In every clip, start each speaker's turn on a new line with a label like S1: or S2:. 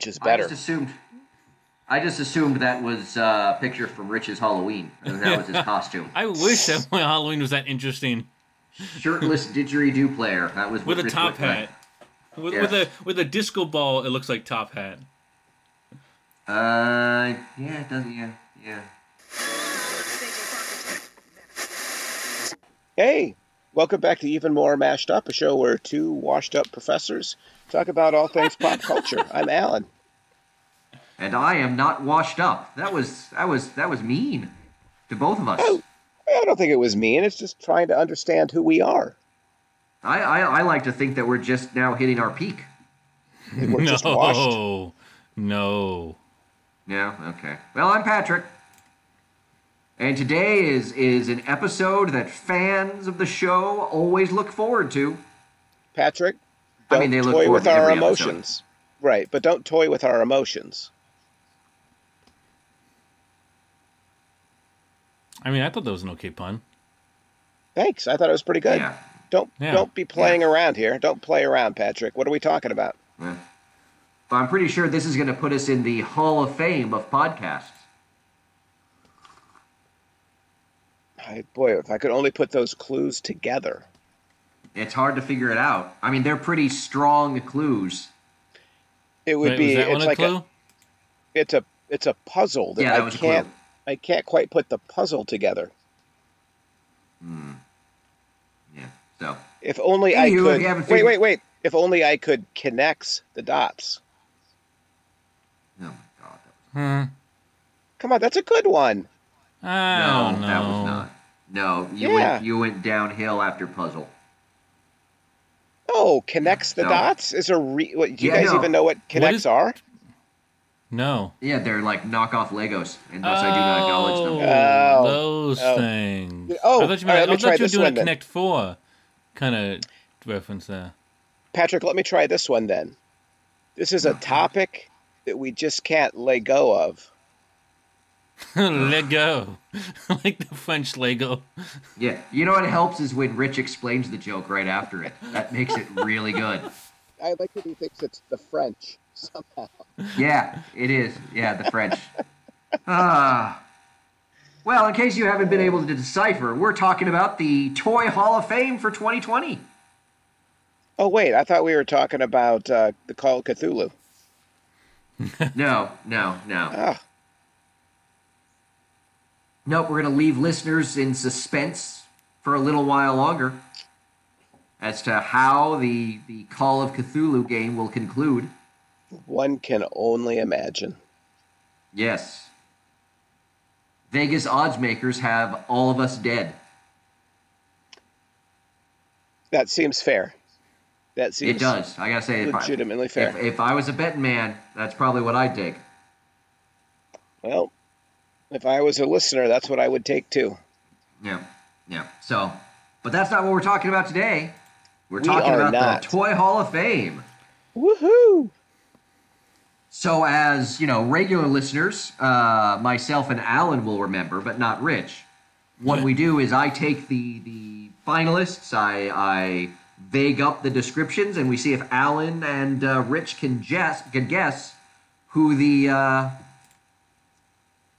S1: just
S2: I
S1: better.
S2: just assumed. I just assumed that was uh, a picture from Rich's Halloween. That was his costume.
S3: I wish that my Halloween was that interesting
S2: Shirtless didgeridoo player. That was what
S3: with a
S2: Rich
S3: top
S2: looked like.
S3: hat, with,
S2: Yeah.
S3: with a with a disco ball. It looks like top hat.
S2: Uh, yeah, it doesn't. Yeah, yeah.
S1: Hey, welcome back to Even More Mashed Up, a show where two washed up professors talk about all things pop culture. I'm Alan.
S2: And I am not washed up. That was that was that was mean to both of us.
S1: Oh. I don't think it was mean. It's just trying to understand who we are.
S2: I, I I like to think that we're just now hitting our peak.
S1: And We're
S3: no,
S1: just washed.
S3: no.
S2: Yeah. Okay. Well, I'm Patrick. And today is is an episode that fans of the show always look forward to.
S1: Patrick,
S2: I
S1: don't
S2: mean, they look
S1: toy
S2: forward
S1: with
S2: to
S1: our
S2: every episode.
S1: emotions. Right, but don't toy with our emotions.
S3: I mean, I thought that was an okay pun.
S1: Thanks. I thought it was pretty good.
S2: Yeah.
S1: Don't
S3: Yeah.
S1: don't be playing around here. Don't play around, Patrick. What are we talking about?
S2: yeah. But I'm pretty sure this is going to put us in the Hall of Fame of podcasts.
S1: I, boy, if I could only put those clues together.
S2: It's hard to figure it out. I mean, they're pretty strong clues.
S1: It would
S3: Wait,
S1: be
S3: was that one
S1: it's
S3: a
S1: like
S3: clue?
S1: a it's a it's a puzzle that
S2: Yeah, that
S1: I
S2: was a clue.
S1: can't I can't quite put the puzzle together.
S2: Yeah. So Oh
S1: If only I
S2: Anywho, if
S1: could
S2: you haven't
S1: wait,
S2: figured-
S1: wait, wait. If only I could connect the dots.
S2: Oh my god, that
S3: Huh.
S1: Come on, that's a good one.
S3: I
S2: was
S3: don't
S2: no, that was
S3: know.
S2: not. No, you
S1: Yeah.
S2: went you went downhill after puzzle.
S1: Oh, connects the
S2: No.
S1: dots is a re. What, do you
S2: Yeah,
S1: guys
S2: no.
S1: even know what connects
S3: is-
S1: are?
S3: No.
S2: Yeah, they're like knockoff Legos, and thus I do not acknowledge them.
S1: Oh,
S3: those
S1: oh.
S3: things.
S1: Oh,
S3: I thought you,
S1: all right, let
S3: meant,
S1: me try
S3: I thought you were
S1: this
S3: doing
S1: one
S3: a
S1: then.
S3: Connect Four kind of reference there.
S1: Patrick, let me try this one then. This
S2: Oh.
S1: is a topic that we just can't let go of.
S3: Lego, like the French Lego.
S2: Yeah, you know what helps is when Rich explains the joke right after it. That makes it really good.
S1: I like that he thinks it's the French somehow.
S2: Yeah, it is. Yeah, the French. Ah. well, in case you haven't been able to decipher, we're talking about the Toy Hall of Fame for 2020.
S1: Oh wait, I thought we were talking about uh, the Call of Cthulhu.
S2: No, no, no.
S1: Ah,
S2: Nope, we're going to leave listeners in suspense for a little while longer as to how the, the Call of Cthulhu game will conclude.
S1: one can only imagine.
S2: Yes. Vegas odds makers have all of us dead.
S1: That seems fair. That seems
S2: It does. I gotta say, if I-
S1: legitimately fair.
S2: if, if I was a betting man, that's probably what I'd take.
S1: Well, if I was a listener, that's what I would take too.
S2: Yeah, yeah. So, but that's not what we're talking about today. We're
S1: We
S2: talking
S1: are
S2: about
S1: not.
S2: the Toy Hall of Fame.
S1: Woohoo!
S2: So, as you know, regular listeners, uh, myself and Alan will remember, but not Rich. What we do is I take the the finalists, I I vague up the descriptions, and we see if Alan and uh, Rich can guess can guess who the uh,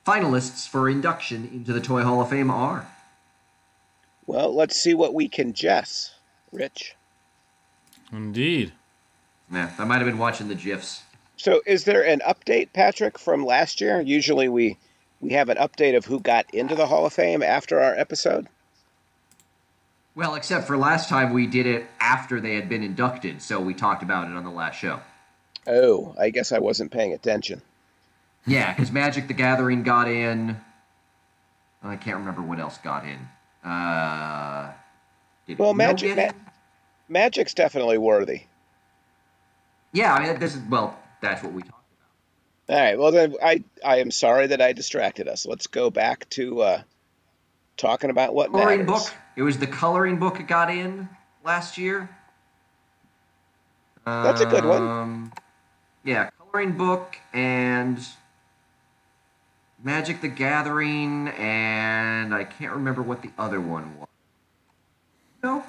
S2: finalists for induction into the Toy Hall of Fame are.
S1: Well, let's see what we can guess, Rich.
S3: Indeed.
S2: Yeah, I might have been watching the gifs.
S1: So, is there an update, Patrick, from last year? Usually, we we have an update of who got into the Hall of Fame after our episode.
S2: Well, except for last time we did it after they had been inducted, so we talked about it on the last show.
S1: Oh, I guess I wasn't paying attention.
S2: Yeah, because Magic the Gathering got in. I can't remember what else got in. Uh, did
S1: Well,
S2: Uno
S1: Magic-
S2: get in?
S1: Magic's definitely worthy.
S2: Yeah, I mean this is well. That's what we talked.
S1: All right. Well, then I I am sorry that I distracted us. Let's go back to uh, talking about what
S2: about. Coloring
S1: matters.
S2: book. It was the coloring book that got in last year.
S1: a good one.
S2: Um, yeah, coloring book and Magic the Gathering, and I can't remember what the other one was. No.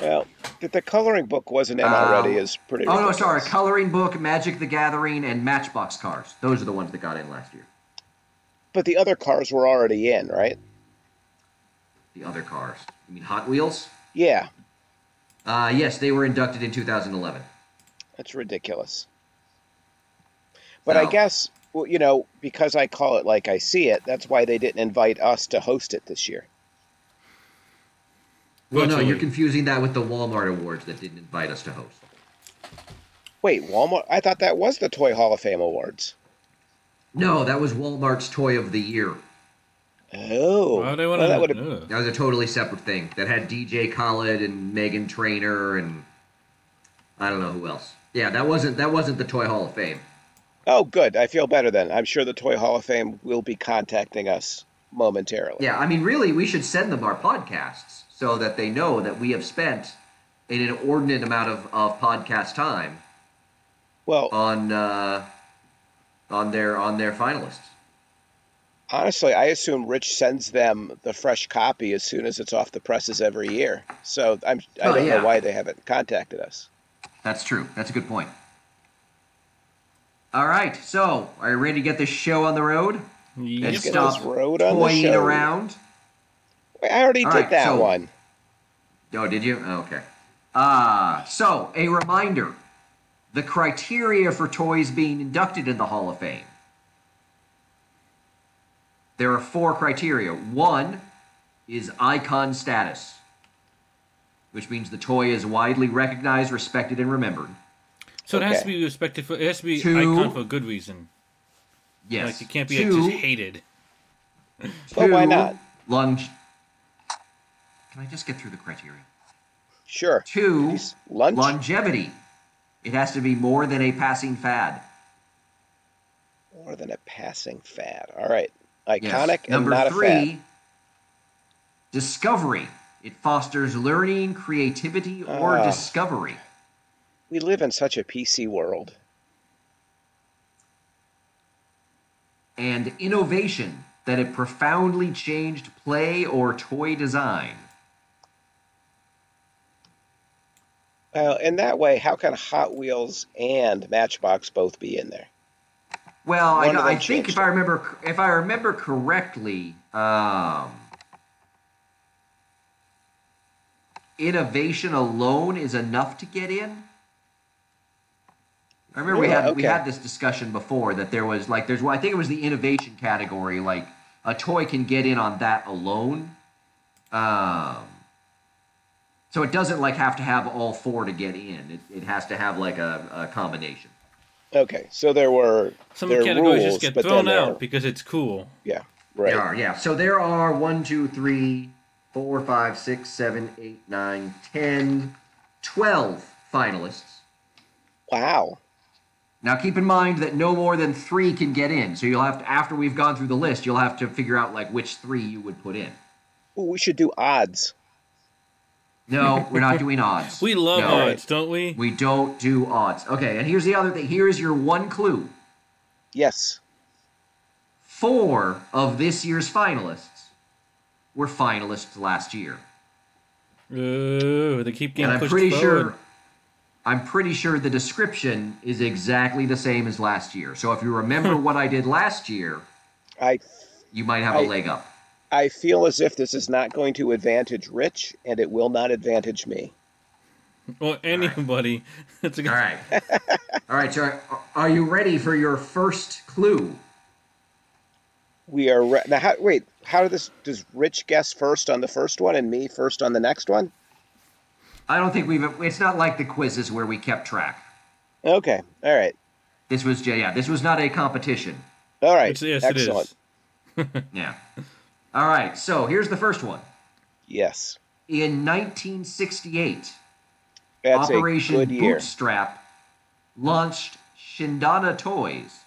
S1: Well, that the coloring book wasn't in already is pretty.
S2: Oh no,
S1: ridiculous.
S2: sorry. Coloring book, Magic the Gathering, and Matchbox cars. Those are the ones that got in last year.
S1: But the other cars were already in, right?
S2: The other cars. You mean Hot Wheels?
S1: Yeah,
S2: Uh, yes, they were inducted in 2011.
S1: that's ridiculous. But I
S2: No.
S1: guess well, you know because I call it like I see it. That's why they didn't invite us to host it this year.
S2: Well, Oh, no,
S3: Virtually.
S2: you're confusing that with the Walmart Awards that didn't invite us to host.
S1: Wait, Walmart? I thought that was the Toy Hall of Fame awards.
S2: No, that was Walmart's Toy of the Year.
S1: Oh,
S3: Why would I
S1: Well,
S3: want to?
S1: that would have.
S2: That was a totally separate thing that had DJ Khaled and Megan Trainor and I don't know who else. Yeah, that wasn't that wasn't the Toy Hall of Fame.
S1: Oh, good. I feel better then. I'm sure the Toy Hall of Fame will be contacting us momentarily.
S2: Yeah, I mean, really, we should send them our podcasts so that they know that we have spent an inordinate amount of, of podcast time
S1: Well,
S2: on uh, on their on their finalists.
S1: honestly, I assume Rich sends them the fresh copy as soon as it's off the presses every year. So I'm I
S2: Oh,
S1: don't
S2: yeah.
S1: know why they haven't contacted us.
S2: That's true. That's a good point. All right, so are you ready to get this show on the road and
S1: Let's
S3: Yes.
S1: get
S2: stop
S1: this road on the
S2: toying
S1: show.
S2: around?
S1: Wait, I already
S2: All
S1: did
S2: right,
S1: that
S2: so-
S1: one.
S2: Oh, did you? Oh, okay. Ah, so a reminder: the criteria for toys being inducted in the Hall of Fame. There are four criteria. One is icon status, which means the toy is widely recognized, respected, and remembered.
S3: So it has to
S1: Okay.
S3: be respected for. It has to be
S2: Two.
S3: icon for a good reason.
S2: Yes.
S3: Like it can't be like,
S2: Two,
S3: just hated.
S1: Well, why
S2: two,
S1: not?
S2: Lunge. Can I just get through the criteria?
S1: Sure.
S2: Two,
S1: Jeez, lunch?
S2: longevity. It has to be more than a passing fad.
S1: More than a passing fad. All right. Iconic
S2: Yes.
S1: and
S2: Number
S1: not
S2: three,
S1: a fad.
S2: discovery. It fosters learning, creativity, or
S1: Ah.
S2: discovery.
S1: We live in such a PC world.
S2: And innovation, that it profoundly changed play or toy design.
S1: Well, in that way, how can Hot Wheels and Matchbox both be in there?
S2: Well, I,
S1: One of
S2: I
S1: them
S2: think if
S1: changed
S2: I remember if I remember correctly, um, innovation alone is enough to get in. I remember we
S1: Yeah,
S2: had we
S1: okay.
S2: had this discussion before that there was like there's well, I think it was the innovation category like a toy can get in on that alone. Um, so it doesn't like have to have all four to get in. It, it has to have like a, a combination.
S1: Okay, so there were
S3: Some
S1: there are
S3: categories
S1: rules,
S3: just get
S1: but
S3: thrown
S1: then there
S3: out
S1: are-
S3: because it's cool.
S1: Yeah, right.
S2: There are, yeah. So there are one, two, three, four, five, six, seven, eight, nine, ten, twelve finalists.
S1: Wow.
S2: Now keep in mind that no more than three can get in. So you'll have to, after we've gone through the list, you'll have to figure out like which three you would put in.
S1: Ooh, we should do odds.
S2: No, we're not doing odds.
S3: We love
S2: No,
S3: odds, don't we?
S2: We don't do odds. Okay, and here's the other thing. Here is your one clue.
S1: Yes.
S2: Four of this year's finalists were finalists last year.
S3: Ooh, they keep getting
S2: and I'm
S3: pushed
S2: pretty
S3: forward.
S2: sure I'm pretty sure the description is exactly the same as last year. So if you remember what I did last year,
S1: I
S2: you might have a
S1: I-
S2: leg up.
S1: I feel as if this is not going to advantage Rich, and it will not advantage me.
S3: Or anybody. It's a good.
S2: All right. All right, so are, are you ready for your first clue?
S1: We are re- now. How, wait, how does this? Does Rich guess first on the first one, and me first on the next one?
S2: I don't think we've it's not like the quizzes where we kept track.
S1: Okay. All right.
S2: This was yeah, this was not a competition.
S1: All right.
S3: It's, yes,
S1: Excellent.
S3: it is.
S2: Yeah. All right. So, here's the first one.
S1: Yes.
S2: In 1968,
S1: That's
S2: Operation
S1: a good year.
S2: Bootstrap launched Shindana Toys,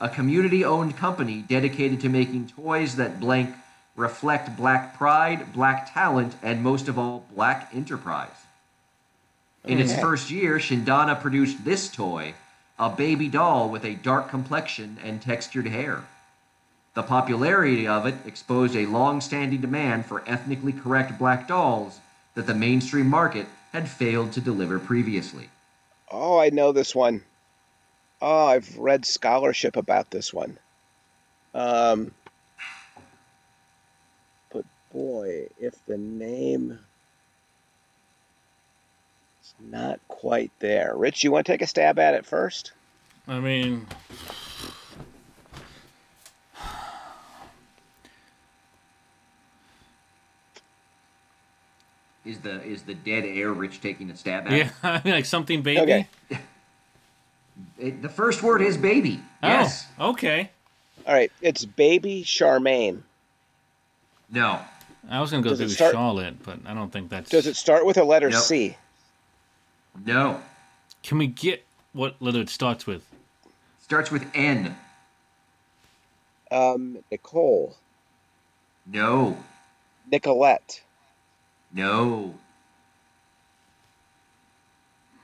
S2: a community owned company dedicated to making toys that blank reflect black pride, black talent, and most of all, black enterprise. In its
S3: Mm-hmm.
S1: Okay.
S2: first year, Shindana produced this toy, a baby doll with a dark complexion and textured hair. The popularity of it exposed a long standing demand for ethnically correct black dolls that the mainstream market had failed to deliver previously.
S1: Oh, I know this one. Oh, I've read scholarship about this one. Um, but boy, if the name is not quite there. Rich, you want to take a stab at it first?
S3: I mean,
S2: Is the is the dead air Rich taking a stab at?
S3: yeah, I mean, like something baby.
S1: Okay.
S2: It- the first word is baby. Yes.
S3: Oh, okay.
S1: All right, it's Baby Charmaine.
S2: No.
S3: I was gonna go
S1: Does it
S3: through
S1: start-
S3: Charlotte, but I don't think that's.
S1: Does it start with a letter
S2: Nope.
S1: C?
S2: No.
S3: Can we get what letter it starts with?
S2: Starts with N.
S1: Um, Nicole,
S2: No.
S1: Nicolette.
S2: No.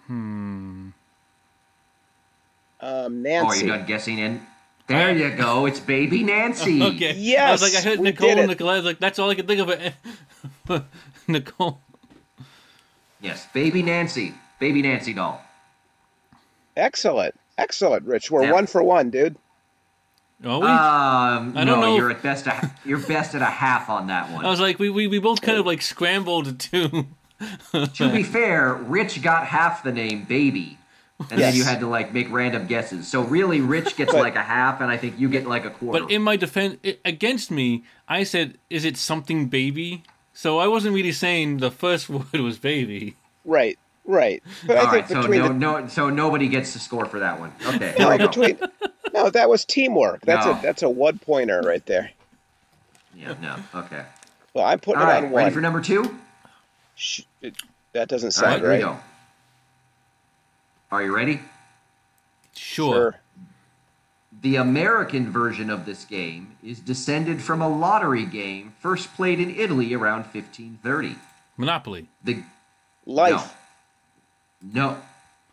S3: Hmm.
S1: Um,
S2: Oh, are you
S1: Nancy.
S2: done guessing? N? There you go. It's baby Nancy.
S3: Okay. I
S1: Yes,
S3: was like, I heard
S1: we
S3: Nicole
S1: did it.
S3: and Nicole. I was like, that's all I could think of. It. Nicole.
S2: Yes, baby Nancy. Baby Nancy doll.
S1: Excellent. Excellent, Rich. We're
S2: Yeah.
S1: one for one, dude.
S3: Are
S2: Um,
S3: we? I
S2: no,
S3: don't know
S2: you're
S3: if-
S2: at best a, you're best at a half on that one.
S3: I was like, we, we, we both kind of like scrambled to.
S2: to be fair, Rich got half the name baby, and then
S1: Yes.
S2: you had to like make random guesses. So really, Rich gets
S1: But-
S2: like a half, and I think you get like a quarter.
S3: But in my defense, i against me, I said, "Is it something baby?" So I wasn't really saying the first word was baby.
S1: Right, right. But
S2: All
S1: I think
S2: right, so
S1: between
S2: no,
S1: the
S2: no, so nobody gets the score for that one. Okay,
S1: no,
S2: here we go.
S1: between no, that was teamwork. That's
S2: No.
S1: a that's a one pointer right there.
S2: yeah, no, okay.
S1: Well, I'm
S2: All
S1: putting it
S2: right,
S1: on
S2: ready
S1: one.
S2: for number two?
S1: Sh- it- that doesn't
S2: All right,
S1: sound
S2: here we
S1: right.
S2: go. Are you ready?
S3: Sure.
S1: Sure.
S2: The American version of this game is descended from a lottery game first played in Italy around 1530.
S3: Monopoly.
S2: The
S1: Life.
S2: No. no.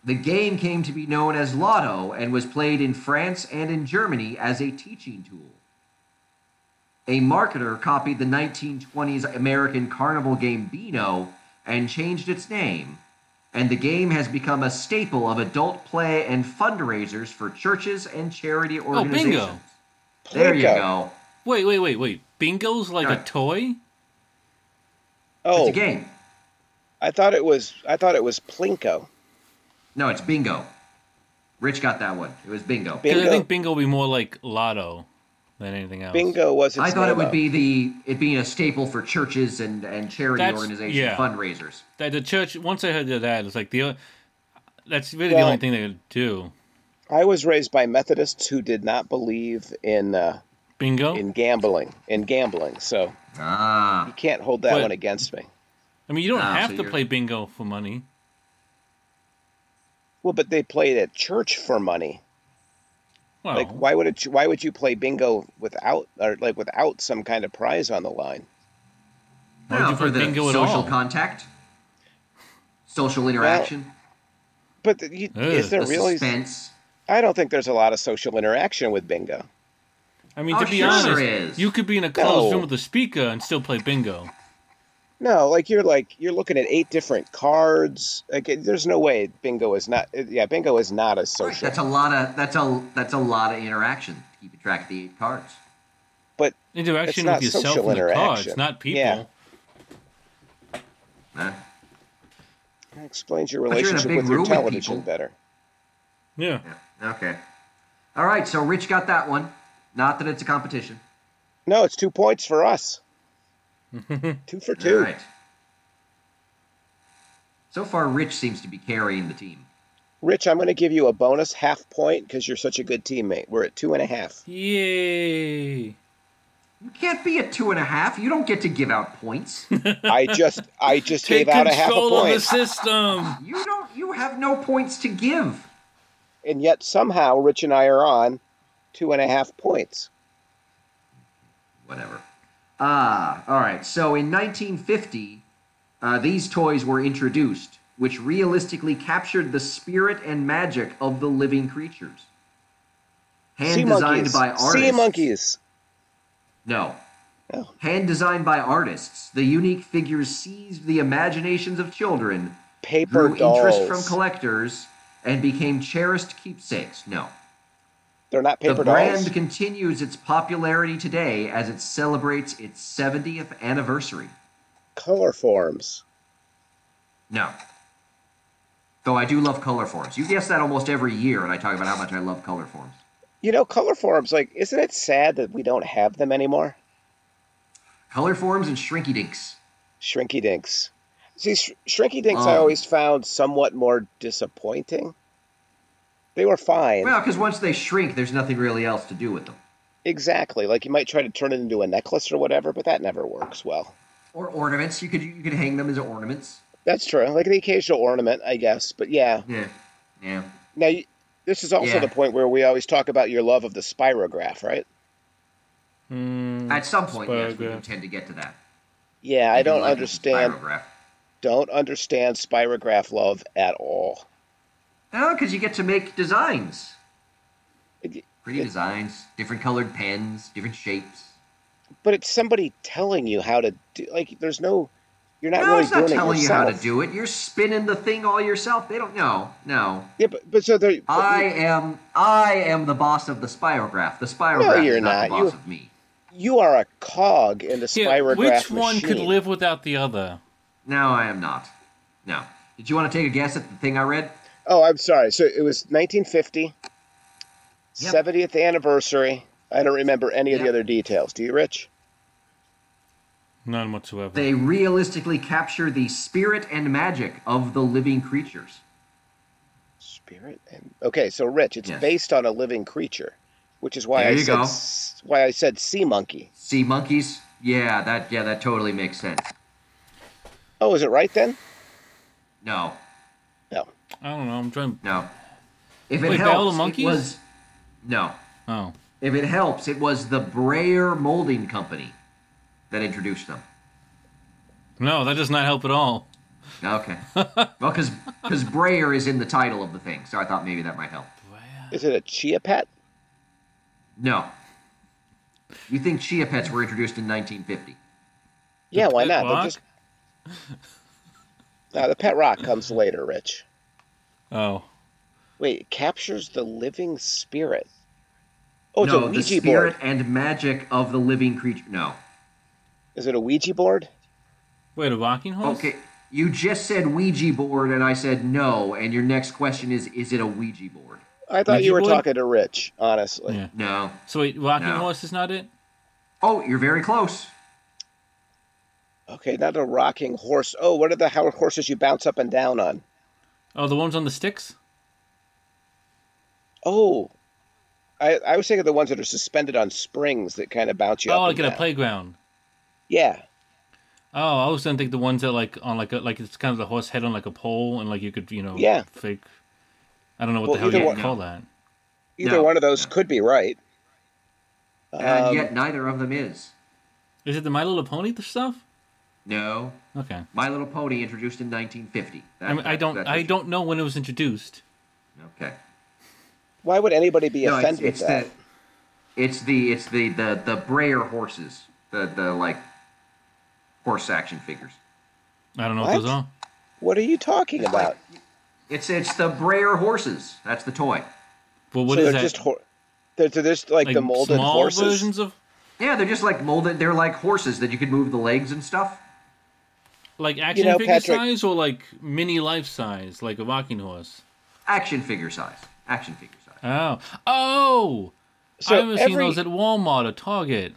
S2: The game came to be known as Lotto and was played in France and in Germany as a teaching tool. A marketer copied the 1920s American carnival game Beano and changed its name, and the game has become a staple of adult play and fundraisers for churches and charity
S3: bingo.
S2: organizations. There you
S1: Plinko.
S2: go.
S3: Wait, wait, wait, wait. Bingo's like a
S2: Alright.
S3: toy.
S2: It's
S1: Oh,
S2: a game.
S1: I thought it was I thought it was Plinko.
S2: No, it's bingo. Rich got that one. It was bingo.
S3: Because I
S1: Bingo.
S3: think bingo would be more like lotto than anything else.
S1: Bingo was its
S2: I thought it would
S1: logo.
S2: be the it being a staple for churches and and charity
S3: That's-
S2: organization
S3: yeah.
S2: fundraisers.
S3: That the church. Once I heard of that, it's like the. o- That's really the
S1: Well-
S3: only thing they could do.
S1: I was raised by Methodists who did not believe in uh,
S3: Bingo.
S1: in gambling in gambling, so
S2: Ah,
S1: you can't hold that
S3: But-
S1: one against me.
S3: I mean, you don't
S2: Ah,
S3: have
S2: so
S3: to
S2: you're-
S3: play bingo for money.
S1: Well, but they played at church for money.
S3: Well,
S1: Like, why would it? Why would you play bingo without, or like without some kind of prize on the line?
S3: Why would
S2: no,
S3: you
S2: for
S3: put
S2: the
S3: bingo at
S2: social
S3: all?
S2: contact, social interaction,
S1: But the, you,
S3: Ugh,
S1: is there
S2: the
S1: really?
S2: suspense.
S1: I don't think there's a lot of social interaction with bingo.
S3: I mean,
S2: Oh,
S3: to be
S2: sure
S3: honest,
S2: there is.
S3: you could be in a closed
S1: No.
S3: room with a speaker and still play bingo.
S1: No, like you're like you're looking at eight different cards. Like, there's no way bingo is not. Yeah, bingo is not a
S2: Right,
S1: social.
S2: that's a lot of that's a that's a lot of interaction. Keeping track of the eight cards.
S1: but
S3: Interaction
S1: not
S3: with yourself
S1: social
S3: and the cards,
S1: interaction.
S3: not people.
S1: Yeah.
S2: Huh?
S1: that explains your
S2: But you're in a
S1: relationship
S2: big
S1: with your
S2: room with
S1: television
S2: people.
S1: better.
S3: Yeah.
S2: Yeah. Okay. All right. So Rich got that one. Not that it's a competition.
S1: No, it's two points for us. two for two.
S2: All right. So far, Rich seems to be carrying the team.
S1: Rich, I'm going to give you a bonus half point because you're such a good teammate. We're at two and a half.
S3: Yay.
S2: You can't be at two and a half. You don't get to give out points.
S1: I just I just
S3: Take
S1: gave out a half a
S3: control of the
S1: point,
S3: system.
S2: you don't. You have no points to give.
S1: and yet somehow Rich and I are on two and a half points.
S2: Whatever. Ah, all right. So in 1950, uh, these toys were introduced, which realistically captured the spirit and magic of the living creatures. Hand
S1: sea
S2: designed
S1: monkeys.
S2: by artists.
S1: Sea monkeys.
S2: No.
S1: Oh.
S2: Hand designed by artists, the unique figures seized the imaginations of children
S1: paper
S2: drew
S1: dolls.
S2: interest from collectors and became cherished keepsakes. No.
S1: They're not paper
S2: the
S1: dolls.
S2: brand continues its popularity today as it celebrates its 70th anniversary.
S1: Color forms.
S2: No. Though I do love color forms. You guess that almost every year, and I talk about how much I love color forms.
S1: You know, color forms. Like, isn't it sad that we don't have them anymore?
S2: Color forms and shrinky dinks.
S1: Shrinky Dinks. See, sh- Shrinky Dinks, I
S2: Um.
S1: always found somewhat more disappointing. They were fine.
S2: Well, because once they shrink, there's nothing really else to do with them.
S1: exactly. Like you might try to turn it into a necklace or whatever, but that never works well.
S2: Or ornaments. You could you could hang them as ornaments.
S1: That's true. Like the occasional ornament, I guess. But yeah.
S2: Yeah. Yeah.
S1: Now, you- this is also
S2: Yeah.
S1: the point where we always talk about your love of the spirograph, right?
S3: Hmm.
S2: At some point, yes, we do
S3: Spirograph.
S2: tend to get to that.
S1: Yeah, I
S2: do
S1: don't
S2: like a
S1: understand.
S2: spirograph.
S1: Don't understand spirograph love at all.
S2: No, because you get to make designs.
S1: It-
S2: Pretty designs, different colored pens, different shapes.
S1: But it's somebody telling you how to do. Like, there's no. You're not
S2: no,
S1: really
S2: it's not
S1: doing
S2: telling
S1: it
S2: you how
S1: yourself.
S2: to do it. You're spinning the thing all yourself. They don't know. No.
S1: Yeah, but, but so they.
S2: I am I am the boss of the spirograph. The spirograph
S1: you're
S2: is not,
S1: not.
S2: the boss
S1: You-
S2: of me.
S1: You are a cog in the
S3: Yeah,
S1: spirograph
S3: which one
S1: machine.
S3: could live without the other?
S2: No, I am not. No. Did you want to take a guess at the thing I read?
S1: Oh, I'm sorry. So it was 1950,
S2: Yep.
S1: 70th anniversary. I don't remember any of the
S2: Yep.
S1: other details. Do you, Rich?
S3: None whatsoever.
S2: They realistically capture the spirit and magic of the living creatures.
S1: Spirit and okay. So Rich, it's
S2: Yes.
S1: based on a living creature, which is why
S2: There
S1: I
S2: you
S1: said
S2: go.
S1: s- why I said sea monkey.
S2: Sea monkeys? Yeah, that yeah, that totally makes sense.
S1: Oh, is it right then?
S2: No,
S1: No.
S3: I don't know. I'm trying.
S2: no. If it
S3: Wait,
S2: helps,
S3: Battle of
S2: it
S3: Monkeys?
S2: was no.
S3: Oh,
S2: If it helps, it was the Brayer Molding Company that introduced them.
S3: no, that does not help at all.
S2: Okay. well, because because Brayer is in the title of the thing, so I thought maybe that might help.
S1: Is it a chia pet?
S2: No. You think chia pets were introduced in 1950?
S1: Yeah, why
S3: pet
S1: not? They
S3: rock?
S1: Just... No, the pet rock comes later, Rich.
S3: Oh,
S1: Wait, it captures the living spirit. Oh, it's
S2: no,
S1: a
S2: the
S1: Ouija
S2: spirit
S1: board.
S2: and magic of the living creature. No.
S1: Is it a Ouija board?
S3: wait, a rocking horse?
S2: Okay. You just said Ouija board, and I said no. And your next question is, is it a Ouija board?
S1: I thought
S3: Ouija
S1: you were
S3: board?
S1: talking to Rich, honestly.
S3: Yeah.
S2: No.
S3: So wait, rocking
S2: No.
S3: horse is not it?
S2: Oh, you're very close.
S1: Okay, not a rocking horse. Oh, what are the how horses you bounce up and down on?
S3: Oh, the ones on the sticks?
S1: Oh, I, I was thinking of the ones that are suspended on springs that kind of bounce you
S3: oh,
S1: up.
S3: like
S1: and
S3: at a
S1: down.
S3: playground.
S1: Yeah,
S3: Oh, I was gonna think the ones that like on like a, like it's kind of the horse head on like a pole and like you could you know
S1: Yeah.
S3: fake. I don't know what
S1: Well,
S3: the hell
S1: either
S3: you
S1: one-
S3: would call that.
S1: either
S2: No,
S1: one of those
S2: no.
S1: could be right.
S2: And
S1: Um,
S2: yet neither of them is.
S3: Is it the My Little Pony stuff?
S2: No.
S3: Okay.
S2: My Little Pony introduced in 1950. That-
S3: I mean, I
S2: that-
S3: don't
S2: that's
S3: I
S2: what-
S3: don't know when it was introduced.
S2: Okay.
S1: Why would anybody be
S2: No, it's,
S1: offended
S2: it's
S1: with that?
S2: the it's the it's the the the Brayer horses, the the like horse action figures.
S3: I don't know
S1: What?
S3: what those are.
S1: What are you talking about?
S2: It's it's the Brayer horses. That's the toy.
S3: But what
S1: so
S3: is
S1: they're
S3: that?
S1: just hor- they're, they're just like, the molded
S3: small
S1: horses.
S3: versions of
S2: Yeah, they're just like molded. They're like horses that you could move the legs and stuff.
S3: like action
S1: know,
S3: figure
S1: Patrick-
S3: size or like mini life size, like a rocking horse.
S2: Action figure size. Action figure size.
S3: Oh, oh!
S1: So
S3: I've seen
S1: every-
S3: those at Walmart or Target.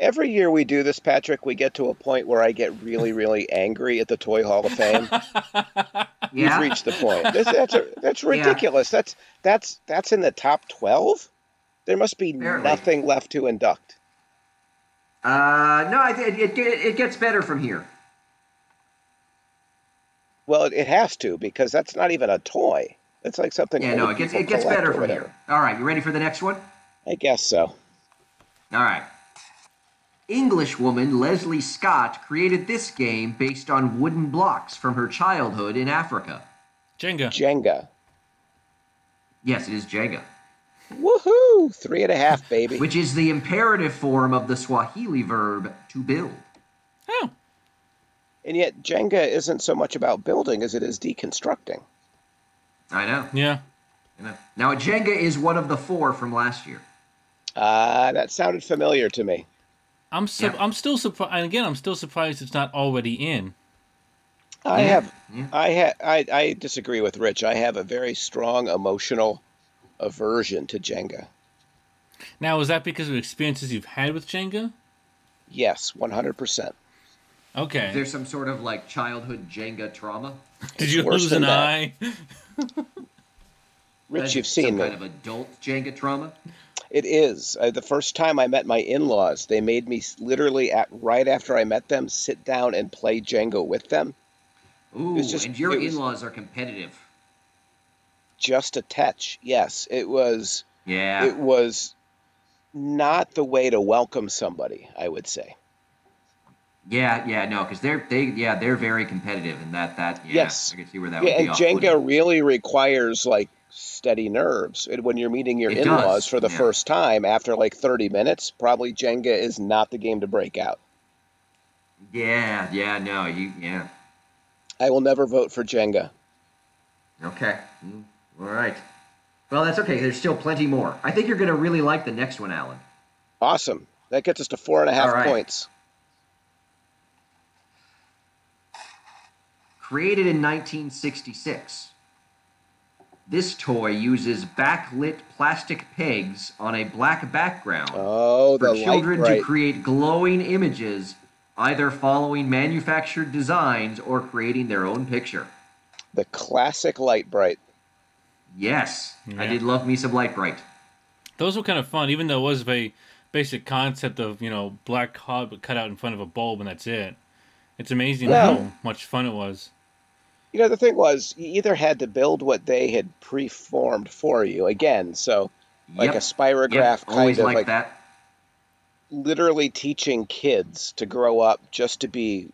S1: Every year we do this, Patrick, we get to a point where I get really, really angry at the Toy Hall of Fame.
S2: Yeah.
S1: You've reached the point. This, that's a, that's ridiculous. That's that's that's in the top twelve. There must be
S2: Apparently.
S1: nothing left to induct.
S2: uh, no, it, it, it, it gets better from here.
S1: Well, it, it has to because that's not even a toy. It's like something.
S2: Yeah, no,
S1: old
S2: it gets
S1: people
S2: it gets
S1: collect
S2: better
S1: or
S2: from
S1: whatever.
S2: here. All right, you ready for the next one?
S1: I guess so.
S2: All right. Englishwoman Leslie Scott created this game based on wooden blocks from her childhood in Africa.
S3: Jenga.
S1: Jenga.
S2: Yes, it is Jenga,
S1: Woohoo! Three and a half, baby.
S2: which is the imperative form of the Swahili verb to build.
S3: oh,
S1: And yet, Jenga isn't so much about building as it is deconstructing.
S2: I know.
S3: Yeah.
S2: I know. Now, Jenga is one of the four from last year.
S1: Uh, that sounded familiar to me.
S3: I'm su-
S2: Yeah.
S3: I'm still surprised. And again, I'm still surprised it's not already in.
S1: I
S2: Yeah,
S1: have,
S2: yeah.
S1: I ha I, I disagree with Rich. I have a very strong emotional aversion to Jenga.
S3: Now, is that because of experiences you've had with Jenga?
S1: Yes, one hundred percent.
S3: Okay.
S2: Is there some sort of like childhood Jenga trauma?
S3: Did you
S1: It's worse
S3: lose
S1: than
S3: an
S1: that.
S3: eye?
S2: Is
S1: Rich,
S2: it
S1: you've seen
S2: some
S1: me.
S2: kind of adult Jenga trauma.
S1: It is. Uh, the first time I met my in-laws, they made me s- literally at right after I met them sit down and play Jenga with them.
S2: Ooh,
S1: was just-
S2: and your
S1: it was-
S2: in-laws are competitive.
S1: Just a touch. Yes, it was.
S2: Yeah.
S1: It was not the way to welcome somebody. I would say.
S2: yeah, yeah, no, because they're they yeah they're very competitive, and that that yeah,
S1: Yes.
S2: I can see where that
S1: Yeah,
S2: would be.
S1: and
S2: off-putting.
S1: Jenga really requires like steady nerves. And when you're meeting your
S2: It
S1: in laws
S2: does,
S1: for the
S2: yeah.
S1: first time after like 30 minutes, probably Jenga is not the game to break out.
S2: Yeah, yeah, no, you yeah.
S1: I will never vote for Jenga.
S2: Okay. Mm, All right. Well, that's okay. There's still plenty more. I think you're going to really like the next one, Alan.
S1: Awesome. That gets us to four and a half
S2: All right.
S1: points.
S2: Created in 1966, this toy uses backlit plastic pegs on a black background
S1: Oh, the
S2: for
S1: light
S2: children to
S1: bright.
S2: create glowing images, either following manufactured designs or creating their own picture.
S1: the classic light bright.
S2: Yes, I
S3: Yeah.
S2: did love me some light bright.
S3: Those were kind of fun, even though it was a very basic concept of you know black cardboard cut out in front of a bulb and that's it. It's amazing
S1: Well-
S3: how much fun it was.
S1: You know, the thing was, you either had to build what they had preformed for you again. So, like a
S2: yep.
S1: spirograph
S2: yep.
S1: kind
S2: Always
S1: of
S2: like,
S1: like
S2: that.
S1: literally teaching kids to grow up just to be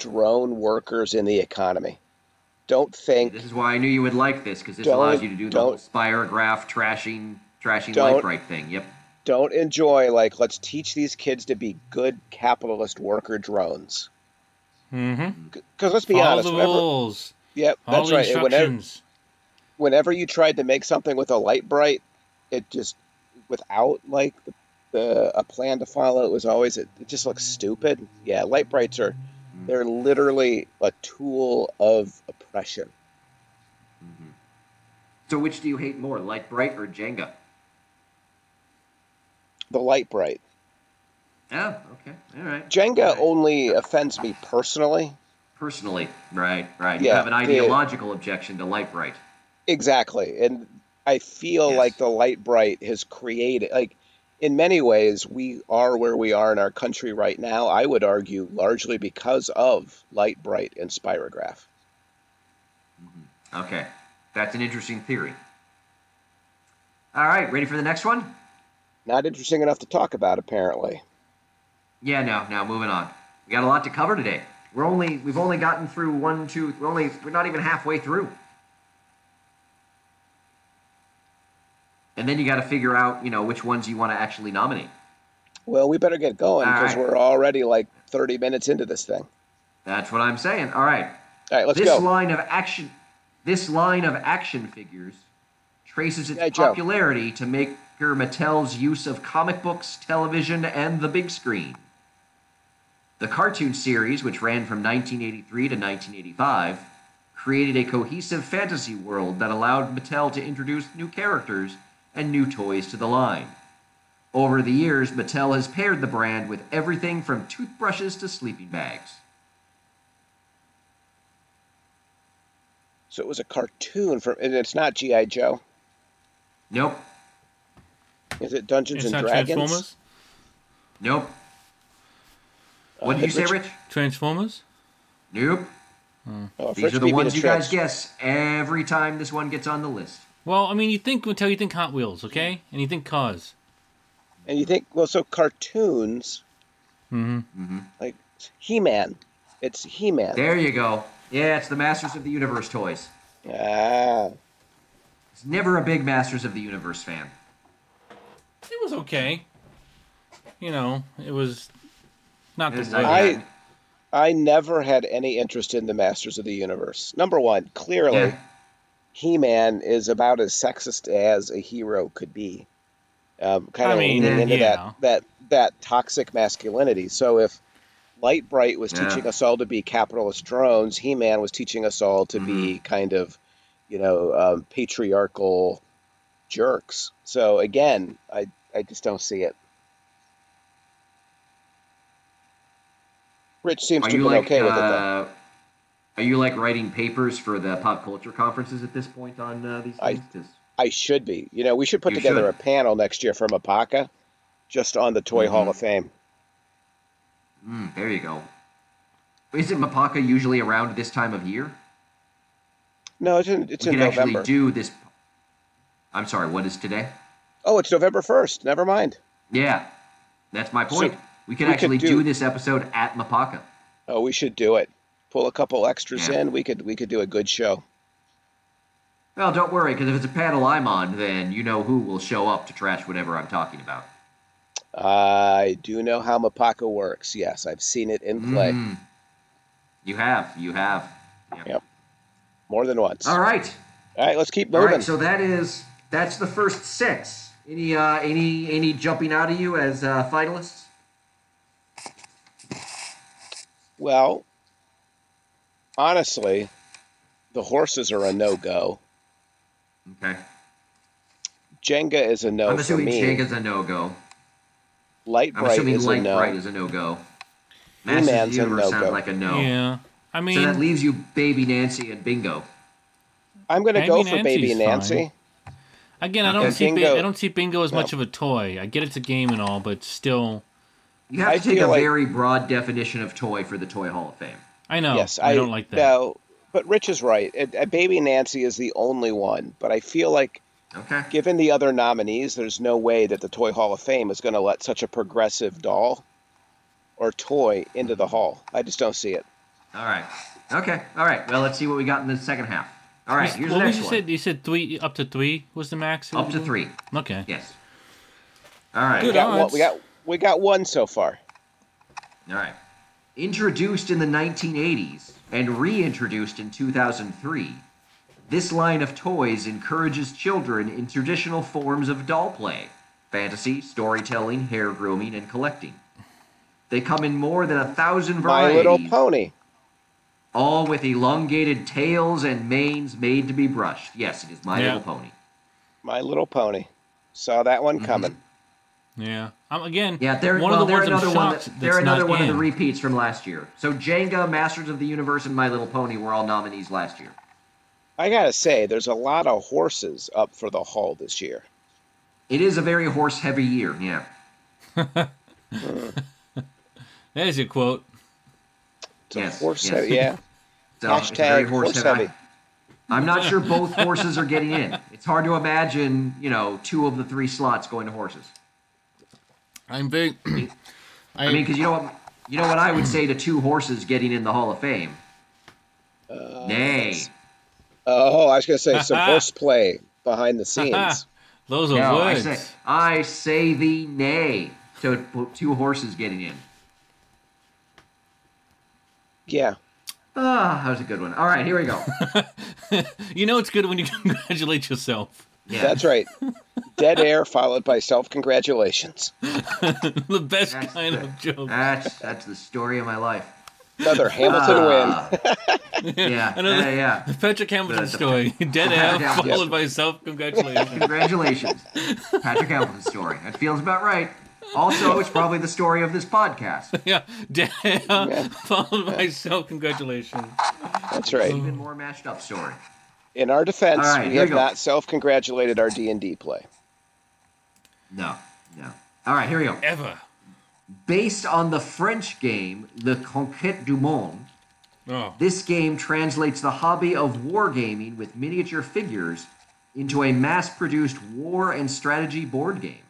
S1: drone workers in the economy. Don't think,
S2: This is why I knew you would like this because this
S1: Don't-
S2: allows you to do the whole
S1: don't-
S2: spirograph trashing, trashing
S1: Don't-
S2: light bright thing. Yep.
S3: Mm-hmm.
S1: don't enjoy, like, let's teach these kids to be good capitalist worker drones.
S3: Mm-hmm.
S1: Because let's be
S3: Follow
S1: honest,
S3: the
S1: whenever,
S3: rules.
S1: yep,
S3: Follow
S1: that's
S3: the
S1: right. and Whenever,
S3: instructions.
S1: whenever you tried to make something with a light bright, it just, without, like, the, the, a plan to follow, it was always, it, it just looks stupid. Yeah, light brights are,
S3: Mm-hmm.
S1: they're literally a tool of oppression.
S2: Mm-hmm. So which do you hate more, light bright or Jenga?
S1: The light bright.
S2: Oh, okay, all right.
S1: Jenga
S2: All right.
S1: only offends me personally.
S2: personally, right, right. you
S1: Yeah,
S2: have an
S1: the-
S2: ideological objection to light bright.
S1: Exactly. And I feel
S2: Yes.
S1: like the light bright has created, like, in many ways, we are where we are in our country right now, I would argue, largely because of light bright and spirograph.
S2: Okay, that's an interesting theory. All right, ready for the next one?
S1: Not interesting enough to talk about, apparently.
S2: Yeah, no, no. Moving on. We got a lot to cover today. We're only we've only gotten through one, two. We're only we're not even halfway through. And then you got to figure out, you know, which ones you want to actually nominate.
S1: Well, we better get going
S2: All
S1: because
S2: right.
S1: we're already like 30 minutes into this thing.
S2: That's what I'm saying. All right.
S1: All right, let's
S2: this
S1: go.
S2: line of action this line of action figures traces its
S1: G.I. Joe.
S2: popularity to Maker Mattel's use of comic books, television, and the big screen. The cartoon series, which ran from 1983 to 1985, created a cohesive fantasy world that allowed Mattel to introduce new characters and new toys to the line. Over the years, Mattel has paired the brand with everything from toothbrushes to sleeping bags.
S1: So it was a cartoon from, and it's not G.I. Joe.
S2: Nope,
S1: Is it Dungeons and
S3: It's not
S1: Dragons?
S3: Transformers.
S2: nope,
S1: Uh,
S2: What did you say,
S1: Rich-
S2: Rich?
S3: Transformers.
S2: Nope.
S1: oh, if
S2: These
S1: Rich
S2: are
S1: beat me
S2: the
S1: to
S2: ones you
S1: tricks.
S2: guys guess every time this one gets on the list.
S3: Well, I mean, you think until you think Hot Wheels, okay, and you think cars.
S1: And you think, well, so cartoons, like He Man, it's He Man.
S2: There you go. Yeah, it's the Masters of the Universe toys.
S1: Ah,
S2: It's never a big Masters of the Universe fan.
S3: It was okay. You know, it was not the
S2: Yes,
S3: worst.
S2: I-
S1: I, I never had any interest in the Masters of the Universe. Number one, clearly,
S2: Yeah.
S1: He Man is about as sexist as a hero could be. Um, kind
S3: I
S1: of
S3: mean,
S1: leaning into
S3: yeah.
S1: that, that that toxic masculinity. So if Light Bright was
S2: Yeah.
S1: teaching us all to be capitalist drones, He Man was teaching us all to
S2: Mm-hmm.
S1: be kind of, you know, um, patriarchal jerks. So again, I I just don't see it. Rich seems
S2: Are
S1: to be
S2: you like
S1: okay with it though.
S2: uh, are you like writing papers for the pop culture conferences at this point on uh, these
S1: I-
S2: things? 'Cause-
S1: I should be. You know, we should put
S2: You
S1: together
S2: should. Mm-hmm.
S1: a panel next year from Apaca just on the Toy Hall of Fame.
S2: mm, there you go. Isn't Mapaka usually around this time of year?
S1: No, it's in, it's
S2: we
S1: in
S2: could
S1: November.
S2: actually do this. I'm sorry. What is today?
S1: oh, it's November 1st. Never mind.
S2: Yeah, that's my point. we could
S1: we could
S2: actually
S1: do-
S2: do... this episode at Mapaka.
S1: Oh, we should do it. Pull a couple extras
S2: Yeah.
S1: in. We could we could do a good show.
S2: Well, don't worry, because if it's a panel I'm on, then you know who will show up to trash whatever I'm talking about.
S1: I do know how Mapaka works. Yes, I've seen it in play
S2: Mm. You have, you have. Yeah.
S1: Yep. more than once.
S2: All right.
S1: All right, let's keep
S2: All
S1: moving.
S2: right, so that is that's the first six. Any uh, any any jumping out of you as uh, finalists?
S1: Well, honestly, the horses are a no go.
S2: Okay,
S1: Jenga is a no
S2: I'm
S1: for
S2: assuming
S1: me.
S2: Jake is a no go.
S1: Light
S2: I'm
S1: bright
S2: assuming
S1: is
S2: Light
S1: a no.
S2: Bright is a no go. Masters of
S1: Man's
S2: the
S1: a
S2: Universe sounds
S1: no-go.
S2: like a no.
S3: Yeah. I
S2: So that
S3: mean,
S2: leaves you Baby Nancy and Bingo.
S1: I'm going to
S3: Maybe
S1: go for
S3: Nancy's
S1: Baby
S3: fine.
S1: Nancy.
S3: again, I
S2: Okay.
S3: don't see
S1: Bingo-
S3: Bingo. I don't see Bingo as
S1: No.
S3: much of a toy. I get it's a game and all, but still,
S2: You have
S1: I
S2: to take a
S1: feel like-
S2: very broad definition of toy for the Toy Hall of Fame.
S3: I know.
S1: yes,
S3: Oh, I, don't like that.
S1: No, but Rich is right. A, a Baby Nancy is the only one. But I feel like,
S2: Okay.
S1: given the other nominees, there's no way that the Toy Hall of Fame is going to let such a progressive doll or toy into the hall. I just don't see it.
S2: All right. Okay. All right. Well, let's see what we got in the second half. All right.
S3: You-
S2: Here's
S3: what
S2: the
S3: was
S2: next
S3: you
S2: one.
S3: said? You said three up to three was the max.
S2: Up to three.
S3: Okay.
S2: Yes. All right.
S1: We
S3: Good
S1: got, one,
S3: odds.
S1: we got we got one so far.
S2: All right. Introduced in the 1980s and reintroduced in 2003, this line of toys encourages children in traditional forms of doll play fantasy, storytelling, hair grooming, and collecting. They come in more than a thousand
S1: My
S2: varieties,
S1: Little Pony.
S2: all with elongated tails and manes made to be brushed. Yes, it is My
S3: Yeah.
S2: Little Pony.
S1: My Little Pony. Saw that one
S3: Mm-hmm.
S1: coming.
S3: Yeah. Um, again,
S2: Yeah, they're,
S3: one
S2: well,
S3: of the
S2: they're
S3: ones I'm
S2: another one.
S3: shocked
S2: That,
S3: that's
S2: they're another
S3: not
S2: one of the
S3: in.
S2: repeats from last year. So Jenga, Masters of the Universe, and My Little Pony were all nominees last year.
S1: I gotta say, there's a lot of horses up for the hall this year.
S2: It is a very horse-heavy year. Yeah.
S3: There's your quote.
S1: It's a
S2: Yes,
S1: horse
S2: yes.
S1: yeah.
S2: So it's very
S1: Hashtag
S2: horse-heavy.
S1: horse-heavy.
S2: I, am not sure both horses are getting in. It's hard to imagine, you know, two of the three slots going to horses.
S3: I'm very. I,
S2: I mean, because you know what, you know what I would say to two horses getting in the Hall of Fame.
S1: Uh,
S2: Nay.
S1: Oh, I was gonna say some horseplay behind the scenes.
S3: those are
S2: No, I
S3: words.
S2: say, I say thee nay to p- two horses getting in.
S1: Yeah.
S2: Ah, that was a good one. All right, here we go.
S3: you know it's good when you congratulate yourself.
S2: Yeah.
S1: That's right. Dead air followed by self congratulations.
S3: the best
S2: That's
S3: kind
S2: the-
S3: of joke.
S2: That's that's the story of my life.
S1: Another Hamilton
S2: Ah. yeah,
S3: Another-
S2: yeah, yeah.
S3: Patrick Hamilton
S2: The- the-
S3: story. Dead air
S2: Yeah.
S3: followed by self congratulations.
S2: Congratulations, Patrick Hamilton's story. That feels about right. Also, it's probably the story of this podcast.
S3: yeah. Dead air followed by self congratulations.
S1: win. That's right.
S2: Even more mashed up story.
S1: In our defense,
S2: All right,
S1: we
S2: here
S1: have
S2: we go.
S1: not self congratulated our D and D play.
S2: No, no. All right, here we go.
S3: Ever.
S2: Based on the French game Le Conquête du Monde,
S3: Oh.
S2: this game translates the hobby of wargaming with miniature figures into a mass-produced war and strategy board game.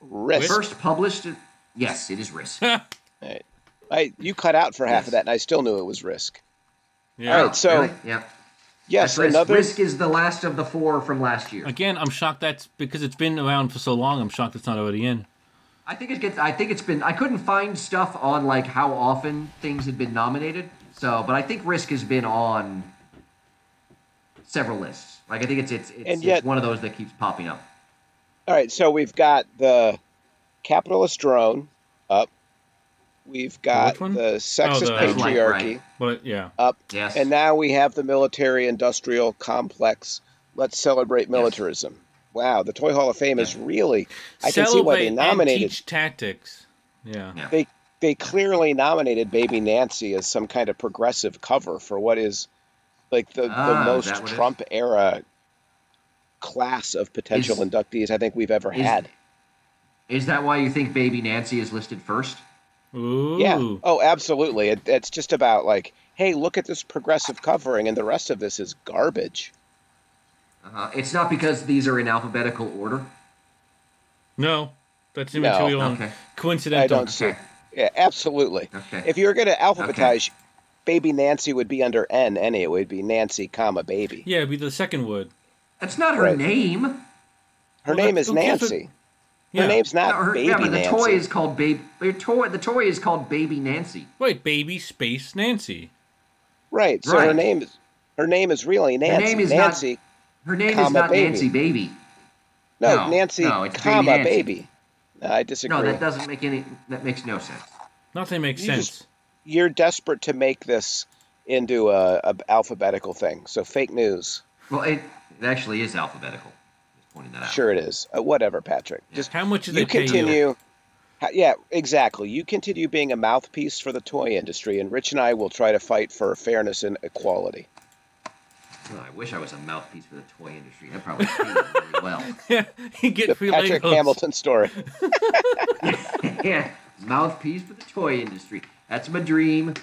S1: Risk.
S2: First published, yes, it is Risk.
S1: Right. I, you cut out for half of that, and I still knew it was risk.
S3: Yeah.
S1: All right, so
S2: Really? yeah.
S1: yes,
S2: risk.
S1: another
S2: risk is the last of the four from last year.
S3: Again, I'm shocked that's because it's been around for so long. I'm shocked it's not already in.
S2: I think it gets. I think it's been. I couldn't find stuff on like how often things had been nominated. So, but I think Risk has been on several lists. Like I think it's it's it's,
S1: And yet-
S2: it's one of those that keeps popping up.
S1: All right, so we've got the capitalist drone up. We've got
S3: Which one?
S1: the sexist
S3: Oh, the-
S2: That's like,
S1: patriarchy
S2: right.
S3: But yeah,
S1: up,
S2: Yes.
S1: and now we have the military-industrial complex. Let's celebrate militarism. Wow, the Toy Hall of Fame is really. I can see why
S3: celebrate
S1: they
S3: and
S1: nominated.
S3: teach tactics. Yeah.
S2: Yeah.
S1: They they clearly nominated Baby Nancy as some kind of progressive cover for what is like the,
S2: Ah,
S1: the
S2: is
S1: most
S2: that what it is?
S1: Trump era class of potential
S2: Is-
S1: inductees I think we've ever
S2: is-
S1: had.
S2: Is that why you think Baby Nancy is listed first?
S3: Ooh.
S1: Yeah. Oh, absolutely. It, it's just about like, hey, look at this progressive covering, and the rest of this is garbage.
S2: Uh, it's not because these are in alphabetical order.
S3: No, that's
S1: No.
S3: immaterial and
S2: Okay.
S3: coincidental.
S1: I don't see.
S2: Okay.
S1: Yeah, absolutely.
S2: Okay.
S1: If you were going to alphabetize, baby Nancy would be under N. Any, it would be Nancy, comma baby.
S3: Yeah, it'd be the second word.
S2: That's not her
S1: Right.
S2: name.
S1: Her
S3: Well,
S1: name
S3: that-
S1: is
S3: who cares if-
S1: Nancy.
S3: Yeah.
S1: Her name's not
S2: No, her,
S1: baby
S2: yeah, but the
S1: Nancy.
S2: toy is called baby. The toy, the toy is called Baby Nancy.
S3: Wait, baby space Nancy.
S1: Right. So her
S2: Right.
S1: name is her name is really Nancy.
S2: name is not-
S1: Nancy.
S2: Her name is
S1: Comma,
S2: not
S1: baby.
S2: Nancy Baby.
S1: No,
S2: No,
S1: Nancy,
S2: no, it's baby
S1: comma
S2: Nancy.
S1: baby. No, I disagree.
S2: No, that doesn't make any. That makes no sense.
S3: Nothing makes
S1: You
S3: sense.
S1: just- You're desperate to make this into a, a alphabetical thing. So fake news.
S2: Well, it, it actually is alphabetical. Just pointing that out.
S1: Sure, it is. Uh, whatever, Patrick. Just
S3: How much did
S1: you
S3: they pay you?
S1: continue. Ha- Yeah, exactly. You continue being a mouthpiece for the toy industry, and Rich and I will try to fight for fairness and equality.
S2: Oh, I wish I was a mouthpiece for the toy industry. That probably paid really well.
S3: Yeah,
S1: The
S3: you get free
S1: Patrick
S2: Oh,
S3: Legos.
S1: Hamilton story.
S2: yeah, mouthpiece for the toy industry. That's my dream.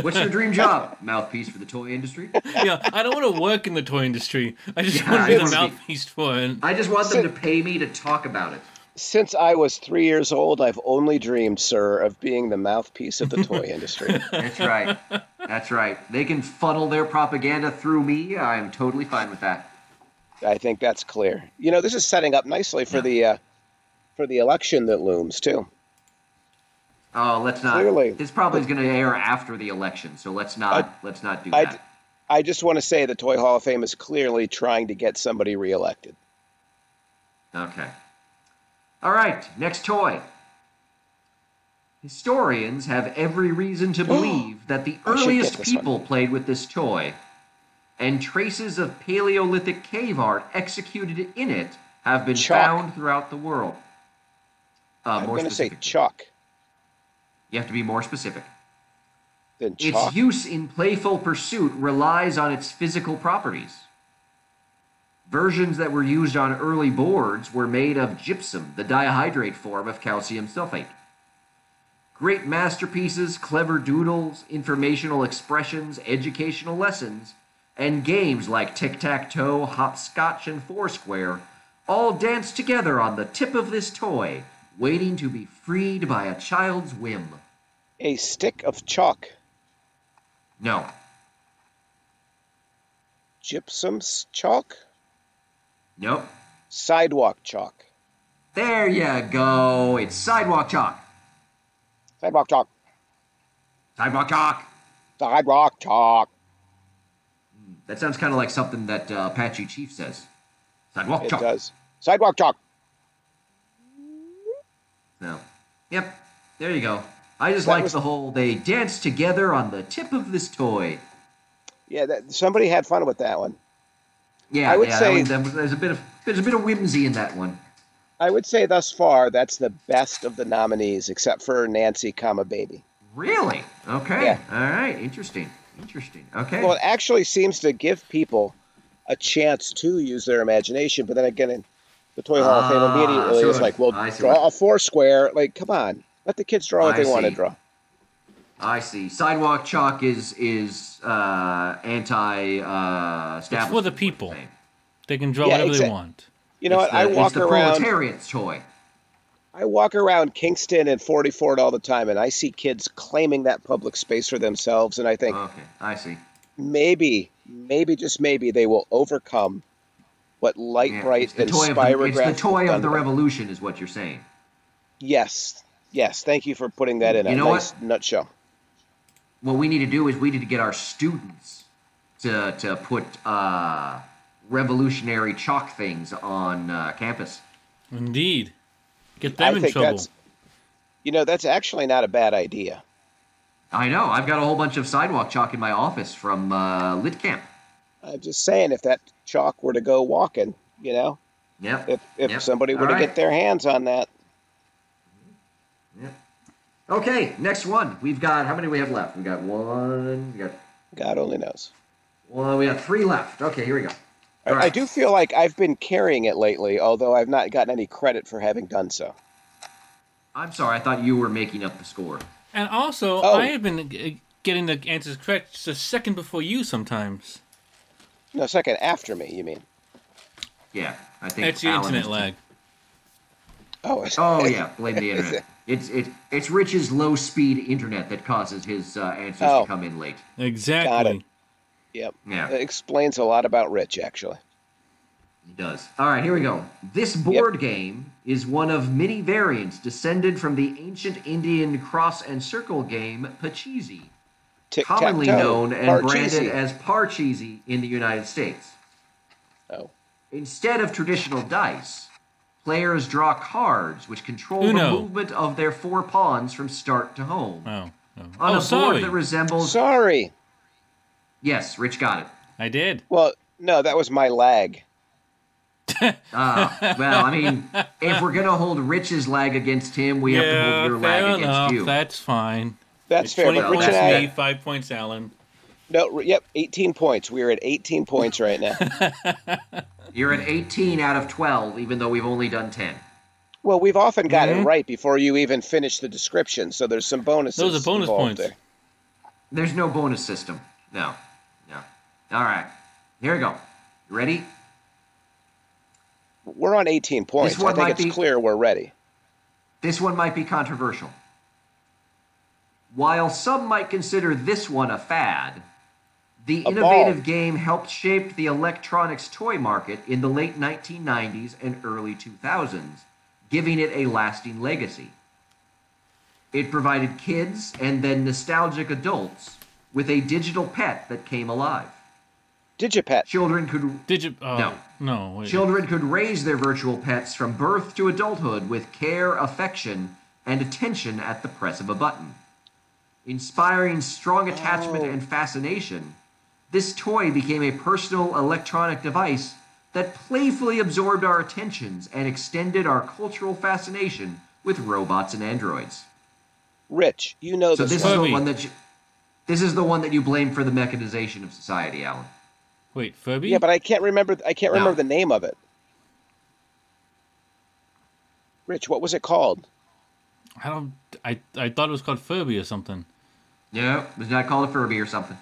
S2: What's your dream job? Mouthpiece for the toy industry.
S3: Yeah, I don't want to work in the toy industry. I just
S2: Yeah,
S3: want
S2: I
S3: to be the
S2: wanna be-
S3: mouthpiece for it.
S2: I just want them to pay me to talk about it.
S1: Since I was three years old, I've only dreamed, sir, of being the mouthpiece of the toy industry.
S2: That's right. That's right. They can funnel their propaganda through me. I'm totally fine with that.
S1: I think that's clear. You know, this is setting up nicely for the uh, for the election that looms too.
S2: Oh, let's not.
S1: Clearly.
S2: This probably is going to air after the election, so let's not. let's not do
S1: I-
S2: that.
S1: I just want to say the Toy Hall of Fame is clearly trying to get somebody reelected.
S2: Okay. All right, next toy. Historians have every reason to believe that the
S1: Oh! I should get
S2: earliest
S1: this one.
S2: people played with this toy, and traces of Paleolithic cave art executed in it have been
S1: Chalk.
S2: found throughout the world. Uh,
S1: I'm
S2: more
S1: going to say
S2: specific.
S1: chalk.
S2: You have to be more specific.
S1: Then
S2: Its
S1: chalk.
S2: use in playful pursuit relies on its physical properties. Versions that were used on early boards were made of gypsum, the dihydrate form of calcium sulfate. Great masterpieces, clever doodles, informational expressions, educational lessons, and games like tic tac toe, hopscotch, and foursquare all dance together on the tip of this toy, waiting to be freed by a child's whim.
S1: A stick of chalk.
S2: No,
S1: Gypsum s- chalk.
S2: nope.
S1: Sidewalk chalk.
S2: There you go. It's sidewalk chalk.
S1: Sidewalk chalk.
S2: Sidewalk chalk.
S1: Sidewalk chalk.
S2: That sounds kind of like something that uh, Apache Chief says. Sidewalk
S1: It
S2: chalk.
S1: does. Sidewalk chalk.
S2: No. Yep. There you go. I just
S1: That
S2: like
S1: was-
S2: the whole they dance together on the tip of this toy.
S1: Yeah, that, somebody had fun with that one.
S2: Yeah,
S1: I would
S2: yeah,
S1: say-
S2: that was, that was- there's a bit of there's a bit of whimsy in that one.
S1: I would say thus far that's the best of the nominees, except for Nancy, comma baby.
S2: Really? Okay.
S1: Yeah.
S2: All right. Interesting. Interesting. Okay.
S1: Well, it actually seems to give people a chance to use their imagination, but then again, the Toy Hall of
S2: Ah,
S1: Fame immediately
S2: so
S1: is like, well,
S2: I see
S1: draw
S2: what-
S1: a four square. Like, come on, let the kids draw what
S2: I
S1: they want to
S2: see.
S1: draw.
S2: I see. Sidewalk chalk is is uh, anti uh,
S3: It's for the people. They can draw
S1: Yeah,
S3: whatever
S1: exact-
S3: they want.
S1: You know what?
S2: it's the,
S1: I
S2: it's
S1: walk
S2: the
S1: around.
S2: proletariat's toy.
S1: I walk around Kingston and 44th all the time, and I see kids claiming that public space for themselves, and I think
S2: Okay, I see.
S1: maybe, maybe just maybe they will overcome what light
S2: Yeah,
S1: bright
S2: it's the
S1: and
S2: toy of the, it's the
S1: spirograph.
S2: toy
S1: have done to
S2: of the
S1: them.
S2: revolution, is what you're saying.
S1: Yes. Yes. Thank you for putting that in
S2: You
S1: a
S2: know
S1: nice nutshell.
S2: what we need to do is we need to get our students to to put uh, revolutionary chalk things on uh, campus.
S3: Indeed. Get
S1: I
S3: them in
S1: think
S3: trouble.
S1: that's you know, that's actually not a bad idea.
S2: I know. I've got a whole bunch of sidewalk chalk in my office from uh, Lit Camp.
S1: I'm just saying if that chalk were to go walking, you know,
S2: Yep.
S1: if if
S2: Yep.
S1: somebody were
S2: All
S1: to
S2: right.
S1: get their hands on that,
S2: Yep. Okay, next one. We've got how many we have left? We got one. We got
S1: God only knows.
S2: one. We got three left. Okay, here we go.
S1: I-
S2: All right.
S1: I do feel like I've been carrying it lately, although I've not gotten any credit for having done so.
S2: I'm sorry. I thought you were making up the score.
S3: And also,
S1: Oh.
S3: I have been uh, getting the answers correct just a second before you sometimes.
S1: No, second after me, you mean?
S2: Yeah, I think
S3: That's your
S2: Alan
S3: internet
S2: is-
S3: lag.
S1: Oh,
S2: Oh yeah, blame the internet. It's it, it's Rich's low speed internet that causes his uh, answers
S1: Oh.
S2: to come in late.
S3: Exactly.
S1: Yep.
S2: Yeah.
S1: That explains a lot about Rich, actually.
S2: He does. All right, here we go. This board game is one of many variants descended from the ancient Indian cross and circle game Pachisi,
S1: Tic tac
S2: commonly
S1: toe.
S2: known and branded as Parcheesi in the United States.
S1: Oh,
S2: Instead of traditional dice, players draw cards which control
S3: Uno.
S2: the movement of their four pawns from start to home.
S3: Oh, oh.
S2: On
S3: oh
S2: a
S3: sorry.
S2: board that resembles.
S1: sorry.
S2: yes, Rich got it.
S3: I did.
S1: Well, no, that was my lag.
S2: Ah, well, I mean, if we're going to hold Rich's lag against him, we have to
S3: yeah,
S2: hold your lag
S3: fair enough.
S2: against you.
S3: That's fine.
S1: That's fair.
S3: 20
S1: But Rich
S3: points
S1: and
S2: that's
S1: I,
S3: me, 5 points Alan.
S1: no, r- yep, 18 points. We are at 18 points right now.
S2: You're at 18 out of 12, even though we've only done 10.
S1: well, we've often got it
S3: Mhm.
S1: right before you even finish the description, so there's some bonuses.
S3: Those are bonus
S1: involved
S3: points.
S1: there.
S2: There's no bonus system. No. No. All right. Here we go. You ready?
S1: We're on 18 points.
S2: one
S1: I think
S2: might
S1: it's
S2: be-
S1: clear we're ready.
S2: This one might be controversial. While some might consider this one a fad, the
S1: A
S2: innovative
S1: ball.
S2: game helped shape the electronics toy market in the late 1990s and early 2000s, giving it a lasting legacy. It provided kids and then nostalgic adults with a digital pet that came alive.
S1: Digipet.
S2: Children could
S3: Did you? Oh,
S2: No.
S3: No. wait.
S2: Children could raise their virtual pets from birth to adulthood with care, affection, and attention at the press of a button. Inspiring strong attachment
S1: Oh.
S2: and fascination, this toy became a personal electronic device that playfully absorbed our attentions and extended our cultural fascination with robots and androids.
S1: Rich, you know
S2: So
S1: this,
S2: this
S1: one.
S2: is the
S3: Furby.
S2: one that you, this is the one that you blame for the mechanization of society, Alan.
S3: Wait, Furby?
S1: Yeah, but I can't remember. I can't
S2: No.
S1: remember the name of it. Rich, what was it called?
S3: I don't. I, I thought it was called Furby or something.
S2: No, it was not called a Furby or something.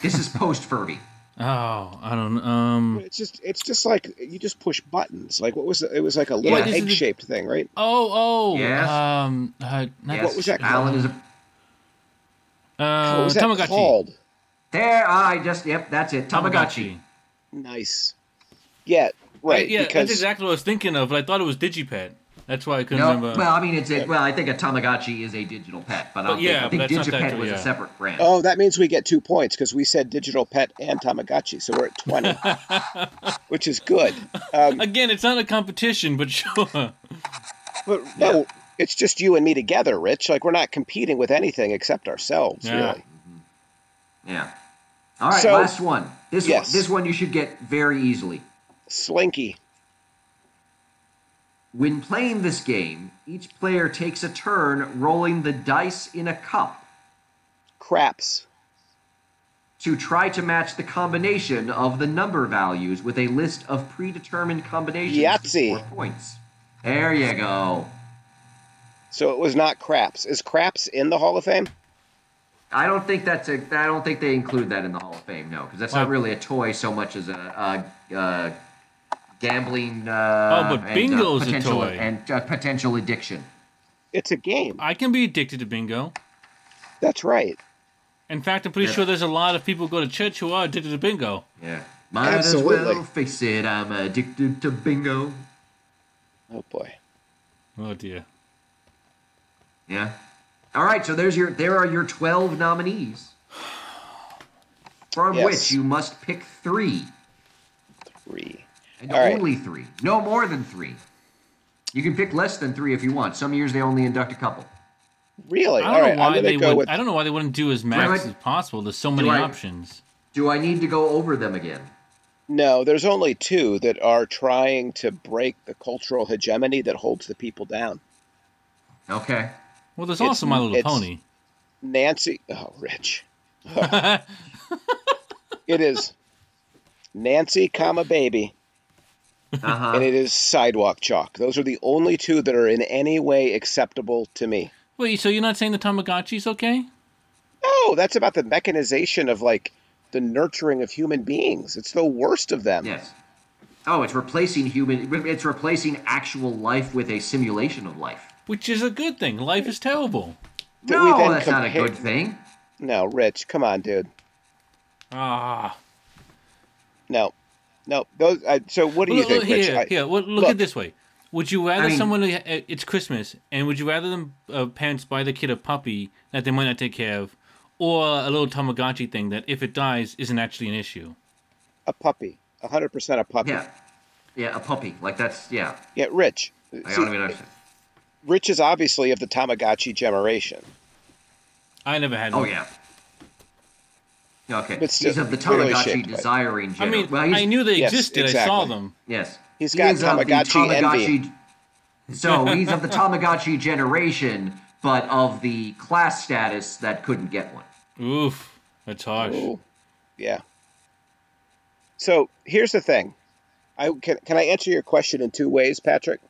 S2: This is post Furby.
S3: Oh, I don't. Um.
S1: It's just it's just like you just push buttons. Like what was it? It was like a
S2: Yeah,
S1: little
S2: this
S3: is
S1: egg shaped thing, right?
S3: Oh, oh.
S2: Yes.
S3: Um. Uh, not,
S2: Yes,
S1: What was that
S2: Alan
S1: called?
S2: is a.
S3: Uh,
S1: what was that
S3: Tamagotchi.
S1: called?
S2: There, I just yep, that's it. Tamagotchi.
S3: Tamagotchi.
S1: Nice. Yeah, right.
S3: yeah,
S1: because
S3: that's exactly what I was thinking of, but I thought it was Digipet. That's why I couldn't
S2: No,
S3: remember.
S2: well, I mean, it's a, well, I think a Tamagotchi is a digital pet, but, I, don't
S3: yeah,
S2: think, I
S3: but
S2: think
S3: that's not
S2: Digipet
S3: that-
S2: was
S3: yeah.
S2: a separate brand.
S1: oh, that means we get two points because we said digital pet and Tamagotchi, so we're at twenty, which is good. Um,
S3: Again, it's not a competition, but sure.
S1: but no, it's just you and me together, Rich. Like we're not competing with anything except ourselves,
S3: Yeah.
S1: really.
S2: Yeah. All right,
S1: So-
S2: last one. This
S1: Yes.
S2: one, this one you should get very easily.
S1: Slinky.
S2: When playing this game, each player takes a turn rolling the dice in a cup
S1: craps.
S2: to try to match the combination of the number values with a list of predetermined combinations
S1: Yahtzee.
S2: to score points. There you go.
S1: So it was not craps. Is craps in the Hall of Fame?
S2: I don't think that's a. I don't think they include that in the Hall of Fame. No, because that's not
S3: Why?
S2: really a toy so much as a, a, a gambling.
S3: Oh,
S2: Uh,
S3: but
S2: and, uh,
S3: bingo's a
S2: potential-
S3: toy.
S2: and uh, potential addiction.
S1: It's a game.
S3: I can be addicted to bingo.
S1: That's right.
S3: In fact, I'm pretty
S2: Yeah.
S3: sure there's a lot of people who go to church who are addicted to bingo.
S2: Yeah, might as
S1: Absolutely.
S2: well fix it. I'm addicted to bingo.
S1: Oh boy.
S3: Oh dear.
S2: Yeah. All right. So there's your there are your twelve nominees, from
S1: Yes.
S2: which you must pick three
S1: Three.
S2: and
S1: All right.
S2: only three, no more than three. You can pick less than three if you want. Some years they only induct a couple.
S1: Really?
S3: I
S1: All
S3: don't
S1: right,
S3: know why
S1: I'm
S3: they
S1: gonna go
S3: would.
S1: with.
S3: I don't know why they wouldn't do as max
S2: I-
S3: as possible. There's so many
S2: I-
S3: options.
S2: Do I need to go over them again?
S1: No, there's only two that are trying to break the cultural hegemony that holds the people down.
S2: Okay.
S3: Well, there's
S1: It's-
S3: also My Little
S1: it's-
S3: Pony.
S1: Nancy, oh, Rich, it is Nancy, comma baby,
S2: Uh
S1: and
S2: huh.
S1: it is sidewalk chalk. Those are the only two that are in any way acceptable to me.
S3: Wait, so you're not saying the Tamagotchi's okay?
S1: No, Oh, that's about the mechanization of like the nurturing of human beings. It's the worst of them.
S2: yes. Oh, it's replacing human. It's replacing actual life with a simulation of life.
S3: Which is a good thing. Life is terrible.
S1: That we
S2: no,
S1: then
S2: that's not a
S1: compare-
S2: good thing.
S1: No, Rich, come on, dude.
S3: Ah.
S1: No, no. Those. I, so, what do you
S3: Look- look
S1: think, Rich?
S3: here,
S1: I-
S3: here, look, look
S1: look.
S3: at it this way. Would you rather
S2: I mean-
S3: someone? uh, It's Christmas, and would you rather them uh, parents buy the kid a puppy that they might not take care of, or a little Tamagotchi thing that, if it dies, isn't actually an issue?
S1: a puppy, hundred percent a puppy.
S2: Yeah. Yeah, a puppy. Like that's yeah.
S1: Yeah, Rich.
S2: I
S1: See,
S2: don't even understand.
S1: Rich is obviously of the Tamagotchi generation.
S3: I never had.
S2: Oh
S3: one.
S2: yeah. Okay.
S1: But still,
S2: he's of the
S1: clearly
S2: Tamagotchi
S1: shaped by-
S2: desiring
S3: I
S2: gener-
S3: mean,
S2: well, he's-
S3: I knew they
S1: Yes,
S3: existed. I saw
S1: exactly.
S3: them.
S2: Yes.
S1: He's got
S2: is of the
S1: Tamagotchi envy.
S2: Tamagotchi- So he's of the Tamagotchi generation, but of the class status that couldn't get one.
S3: Oof, that's harsh.
S1: Ooh. Yeah. So here's the thing. I can can I answer your question in two ways, Patrick?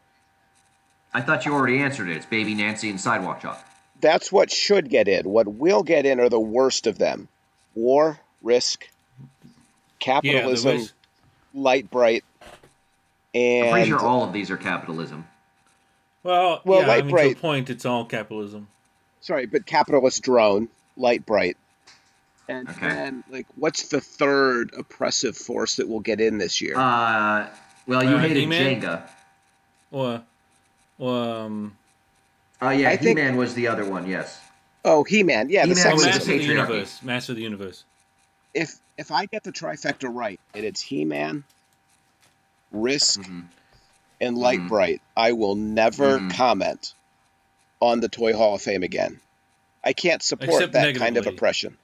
S2: I thought you already answered it. It's baby Nancy and sidewalk chalk.
S1: That's what should get in. What will get in are the worst of them. War, risk,
S3: Yeah, the
S1: capitalism,
S3: risk-
S1: light bright,
S2: I'm
S1: and
S2: pretty sure all of these are capitalism.
S3: Well,
S1: Well,
S3: yeah,
S1: right,
S3: I mean, to a
S1: right.
S3: point, it's all capitalism.
S1: sorry, but capitalist drone, light bright. And
S2: Okay.
S1: then like what's the third oppressive force that will get in this year?
S2: Uh, well, you
S3: Uh,
S2: hated
S3: He-Man?
S2: Jenga.
S3: Or, or um,
S2: Oh yeah,
S1: I
S2: He-Man
S1: think-
S2: was the other one. Yes.
S1: oh, He-Man. Yeah, the
S2: He-Man was
S3: oh,
S2: a
S1: sexism.
S3: Master of the
S2: patriarchy.
S3: Universe. Master of the Universe.
S1: if if I get the trifecta right and it's He Man, Risk,
S3: Mm-hmm.
S1: and Light
S2: Mhm.
S1: Bright, I will never
S2: Mhm.
S1: comment on the Toy Hall of Fame again. I can't support
S3: Except
S1: that kind of
S3: negatively.
S1: oppression.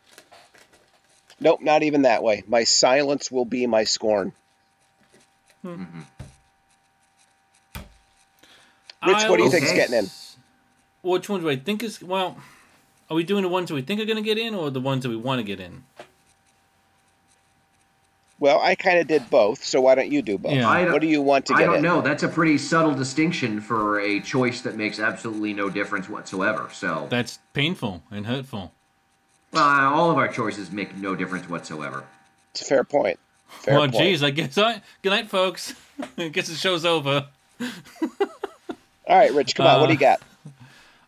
S1: Nope, not even that way. My silence will be my scorn. Rich,
S3: I
S1: what do you
S3: was-
S1: think's getting in?
S3: Which one do I think is well? Are we doing the ones that we think are going to get in, or the ones that we want to get in?
S1: Well, I kind of did both, so why don't you do both?
S3: Yeah. I
S2: don't-
S1: What do you want to
S2: I
S1: get
S2: don't
S1: in?
S2: know. That's a pretty subtle distinction for a choice that makes absolutely no difference whatsoever. So,
S3: That's painful and hurtful.
S2: well, all of our choices make no difference whatsoever.
S1: It's a fair point. Fair
S3: well,
S1: point.
S3: geez, I guess I. Good night, folks. I guess the show's over.
S1: All right, Rich, come on. What do you got?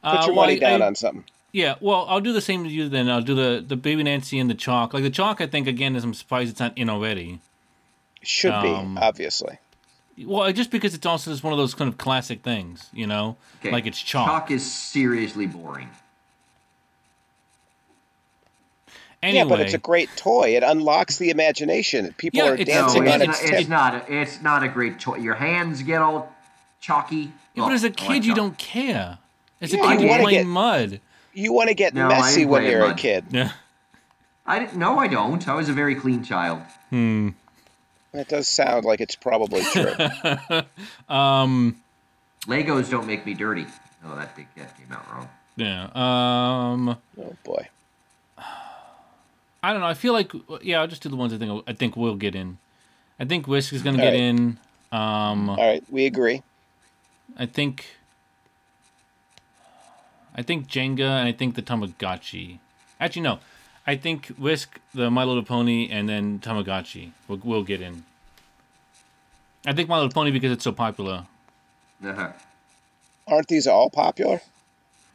S1: Put
S3: Uh,
S1: your
S3: well,
S1: money down
S3: I-
S1: on something.
S3: Yeah, well, I'll do the same to you then. I'll do the the baby Nancy and the chalk. Like the chalk, I think again is I'm surprised it's not in already.
S1: Should
S3: um,
S1: be, obviously.
S3: Well, just because it's also just one of those kind of classic things, you know,
S2: Okay.
S3: like it's chalk.
S2: Chalk is seriously boring.
S3: Anyway,
S1: Yeah, but it's a great toy. It unlocks the imagination. People
S3: Yeah,
S1: are
S3: it's-
S1: dancing
S2: no,
S1: on
S2: it's,
S1: its
S2: not,
S1: tip.
S2: it's not. A, it's not a great toy. Your hands get all chalky.
S3: Yeah, but
S2: Oh,
S3: as a
S2: I like
S3: kid, you
S2: chalk.
S3: don't care. As a
S1: Yeah,
S3: kid,
S2: you
S3: you
S2: wanna
S3: play
S1: get-
S3: mud.
S1: You want to get
S2: No, I
S1: messy
S2: ain't
S1: when
S2: playing
S1: you're a
S2: much.
S1: kid.
S3: Yeah.
S2: I didn't. No, I don't. I was a very clean child.
S1: That does sound like it's probably true.
S2: Legos don't make me dirty. Oh, that did, that came out wrong.
S3: Yeah. Um.
S1: oh boy.
S3: I don't know. I feel like yeah. I'll just do the ones I think I think will get in. I think Risk is gonna get
S1: right.
S3: in. Um.
S1: All right, we agree.
S3: I think. I think Jenga and I think the Tamagotchi. Actually, no. I think Risk, the My Little Pony, and then Tamagotchi will will get in. I think My Little Pony because it's so popular.
S2: Uh-huh.
S1: Aren't these all popular?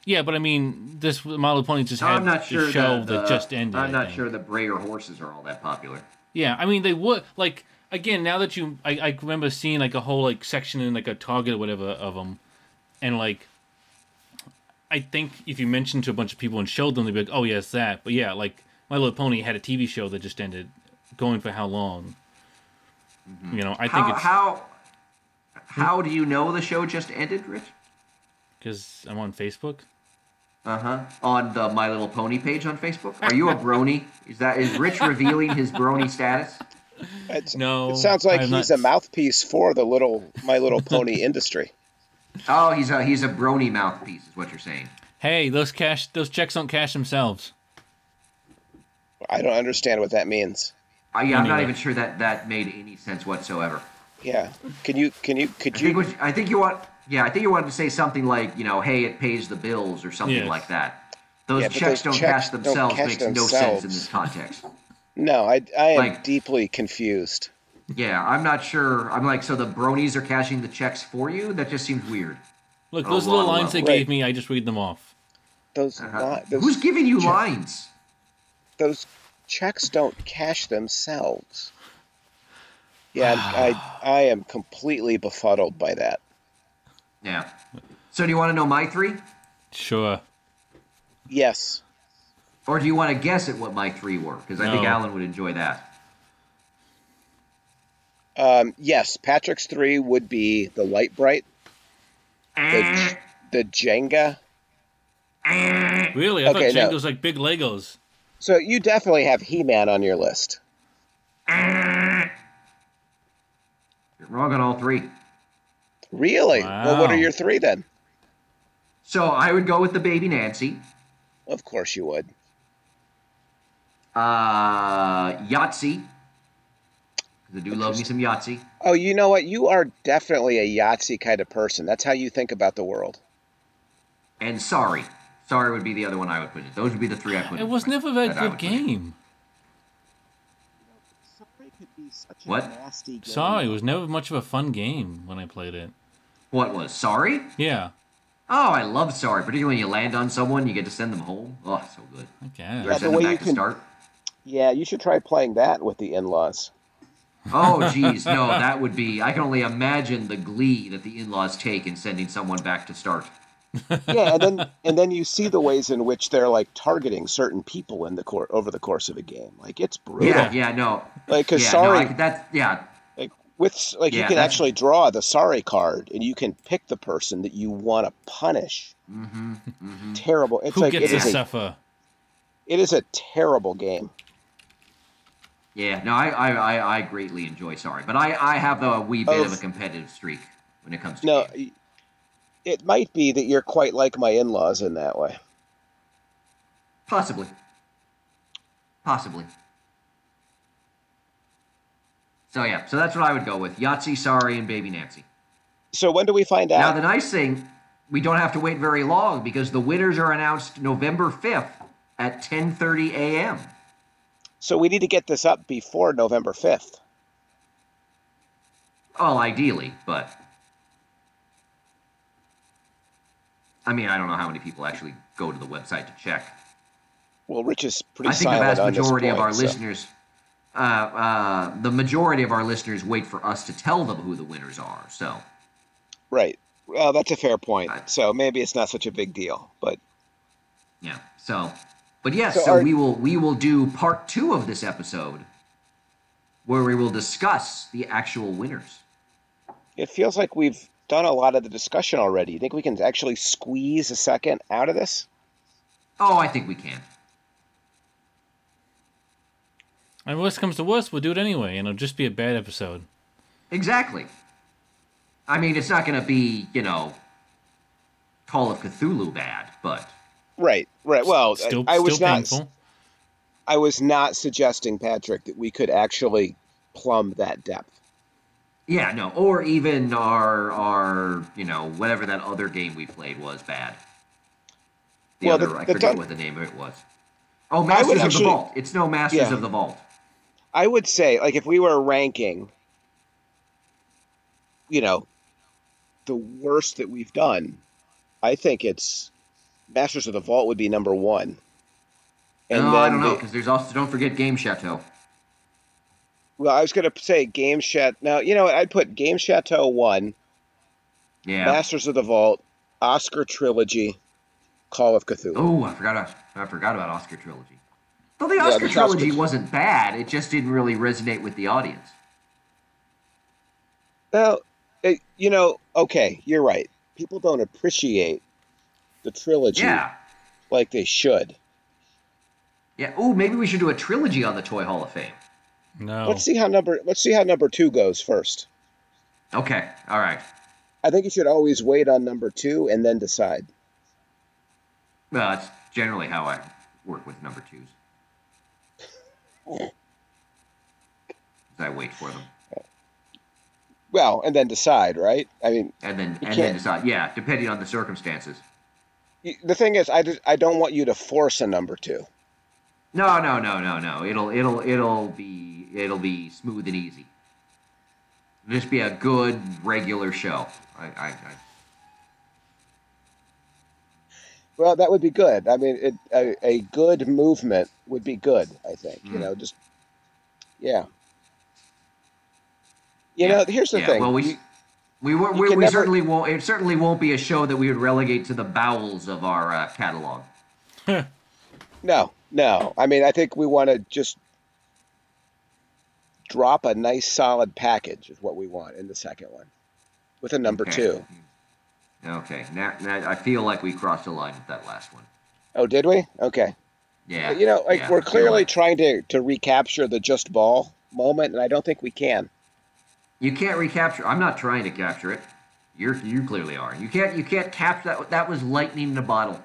S3: Yeah, but I mean, this My Little Pony just
S2: No,
S3: had
S2: I'm not sure.
S3: the show
S2: that
S3: that
S2: the-
S3: just ended.
S2: I'm
S3: I
S2: not
S3: think.
S2: sure the Brayer horses are all that popular.
S3: Yeah, I mean they would like again now that you I, I remember seeing like a whole like section in like a Target or whatever of them, and like I think if you mentioned to a bunch of people and showed them, they'd be like, "Oh yes, that." But yeah, like My Little Pony had a TV show that just ended, going for how long?
S2: Mm-hmm.
S3: You know, I think
S2: How
S3: it's
S2: how how do you know the show just ended, Rich?
S3: because I'm on Facebook.
S2: Uh
S3: Uh-huh.
S2: huh. On the My Little Pony page on Facebook. Are you a brony? Is that is Rich revealing his brony status?
S1: It's,
S3: No,
S1: it sounds like
S3: I'm
S1: he's
S3: not-
S1: a mouthpiece for the little My Little Pony industry.
S2: Oh, he's a he's a brony mouthpiece, is what you're saying.
S3: Hey, those cash, those checks don't cash themselves.
S1: I don't understand what that means.
S2: I, yeah, I'm not
S3: Anyway.
S2: even sure that that made any sense whatsoever.
S1: Yeah, can you can you
S2: I
S1: could
S2: think
S1: you
S2: what, I think you want. Yeah, I think you wanted to say something like you know, hey, it pays the bills or something
S3: Yes.
S2: like that. Those
S1: Yeah, but
S2: checks
S1: those
S2: don't
S1: checks
S2: cash
S1: don't
S2: themselves
S1: cash
S2: makes no sense
S1: themselves.
S2: in this context.
S1: no? I I am
S2: Like-
S1: deeply confused.
S2: yeah, I'm not sure. I'm like, so the bronies are cashing the checks for you? That just seems weird.
S3: Look,
S2: Oh,
S3: those little
S2: wow,
S3: lines
S2: wow.
S3: they
S1: Right.
S3: gave me, I just read them off.
S1: Those
S2: Uh,
S1: li- those
S2: Who's giving you lines?
S1: those checks don't cash themselves. Yeah, I I am completely befuddled by that.
S2: Yeah. So do you want to know my three,
S3: Sure.
S1: Yes,
S2: or do you want to guess at what my three were? Because I think
S3: No.
S2: Alan would enjoy that.
S1: um, yes. Patrick's three would be the light bright,
S3: Mm.
S1: the, the Jenga.
S3: Really? I
S1: Okay, no.
S3: thought Jenga's like big Legos.
S1: So you definitely have He Man on your list.
S2: You're wrong on all three.
S1: Really? Well, what are
S3: Wow.
S1: your three then?
S2: So I would go with the baby Nancy,
S1: Of course you would.
S2: uh, Yahtzee. 'Cause I do love me some Yahtzee.
S1: Oh, you know what? You are definitely a Yahtzee kind of person. That's how you think about the world.
S2: And sorry. Sorry would be the other one I would put in. Those would be the three I put in.
S3: It was
S2: for my-
S3: never a very
S2: that I
S3: good
S2: would put in.
S3: game.
S1: Sorry could be such
S2: a What?
S1: nasty game.
S3: Sorry, it was never much of a fun game when I played it.
S2: What was? Sorry?
S3: Yeah,
S2: Oh, I love sorry. Particularly when you land on someone, you get to send them home. Oh, it's so good.
S3: I guess.
S2: Or
S1: Yeah, the
S2: send
S1: way
S2: them
S1: you
S2: back to
S1: can-
S2: start.
S1: Yeah, you should try playing that with the in-laws.
S2: Oh, geez, no, that would be. I can only imagine the glee that the in-laws take in sending someone back to start.
S1: Yeah, and then and then you see the ways in which they're like targeting certain people in the court over the course of a game. Like it's brutal.
S2: Yeah, yeah, no,
S1: Like
S2: yeah,
S1: because
S2: no,
S1: sorry,
S2: I, could- that, yeah,
S1: like with like
S2: Yeah,
S1: you can
S2: that's-
S1: actually draw the sorry card and you can pick the person that you want to punish.
S2: mm-hmm, mm-hmm.
S1: Terrible. It's
S3: Who
S1: like
S3: gets
S1: it
S3: to
S1: is, a,
S3: suffer?
S1: it is a terrible game.
S2: yeah, no, I, I, I, I greatly enjoy sorry, but I, I have a wee bit
S1: Oh,
S2: of a
S1: f-
S2: competitive streak when it comes to
S1: No, y-
S2: games.
S1: it might be that you're quite like my in-laws in that way.
S2: possibly, possibly. So yeah, so that's what I would go with: Yahtzee, sorry, and Baby Nancy.
S1: So when do we find out?
S2: Now, the nice thing, we don't have to wait very long because the winners are announced November 5th at 10:30 a.m.
S1: so we need to get this up before November fifth.
S2: Well, ideally, but I mean, I don't know how many people actually go to the website to check.
S1: Well, Rich is pretty
S2: I think the
S1: silent
S2: vast
S1: on this
S2: majority of
S1: point,
S2: our
S1: so-
S2: listeners uh, uh, the majority of our listeners wait for us to tell them who the winners are. So,
S1: Right. Well, that's a fair point.
S2: Right.
S1: So maybe it's not such a big deal, but
S2: yeah. So, but yes,
S1: So
S2: so,
S1: are-
S2: we will we will do part 2 of this episode where we will discuss the actual winners.
S1: it feels like we've done a lot of the discussion already. You think we can actually squeeze a second out of this?
S2: Oh, I think we can.
S3: And worst comes to worst, we'll do it anyway, and it'll just be a bad episode.
S2: Exactly. I mean, it's not going to be, you know, Call of Cthulhu bad, but
S1: Right. Right. Well,
S3: still,
S1: I, I was
S3: still
S1: not.
S3: painful.
S1: I was not suggesting, Patrick, that we could actually plumb that depth.
S2: yeah, no, or even our our, you know, whatever that other game we played was bad. The
S1: Well,
S2: other,
S1: the-
S2: I
S1: the
S2: forget
S1: dun-
S2: what the name of it was. Oh,
S1: I would
S2: Masters of
S1: actually-
S2: the Vault. It's no Masters
S1: Yeah.
S2: of the Vault.
S1: I would say, like, if we were ranking, you know, the worst that we've done, I think it's Masters of the Vault would be number one.
S2: no, Oh, I don't know
S1: the-
S2: because there's also don't forget Game Chateau.
S1: Well, I was going to say Game Chateau. Now, you know what? I'd put Game Chateau 1,
S2: Yeah,
S1: Masters of the Vault, Oscar Trilogy, Call of Cthulhu.
S2: Oh, I forgot. I, I forgot about Oscar trilogy. Though the
S1: Yeah,
S2: Oscar
S1: the Oscar-
S2: trilogy wasn't bad, it just didn't really resonate with the audience.
S1: Well, it, eh, you know, okay, you're right. People don't appreciate the trilogy
S2: Yeah.
S1: like they should.
S2: Yeah. Oh, maybe we should do a trilogy on the Toy Hall of Fame. Oh.
S3: No.
S1: Let's see how number let's see how number 2 goes first.
S2: Okay. All right.
S1: I think you should always wait on number 2 and then decide.
S2: Well, that's generally how I work with number twos. I wait for them
S1: Well, and then decide, right? I mean,
S2: and then
S1: You
S2: and then
S1: can't-
S2: decide. Yeah, depending on the circumstances.
S1: y- the thing is I, just, I don't want you to force a number 2.
S2: No, no, no, no, no. It'll it'll it'll be it'll be smooth and easy. It'll just be a good regular show. I, I, I
S1: Well, that would be good. I mean, it, a, a good movement would be good. I think you
S2: Mm.
S1: know, just yeah. You
S2: Yeah.
S1: know, here's the
S2: yeah.
S1: thing.
S2: Well, we
S1: You-
S2: we we, we,
S1: can
S2: we
S1: never-
S2: certainly won't. It certainly won't be a show that we would relegate to the bowels of our uh, catalog.
S1: no, no. I mean, I think we want to just drop a nice, solid package is what we want in the second one, with a number
S2: Okay.
S1: two.
S2: Okay. Now, now I feel like we crossed a line with that last one.
S1: Oh, did we? Okay.
S2: Yeah.
S1: You know, like
S2: yeah, I
S1: we're
S2: feel
S1: clearly
S2: like-
S1: trying to to recapture the just ball moment, and I don't think we can.
S2: You can't recapture. I'm not trying to capture it. You're you clearly are. You can't you can't capture that. That was lightning in a bottle.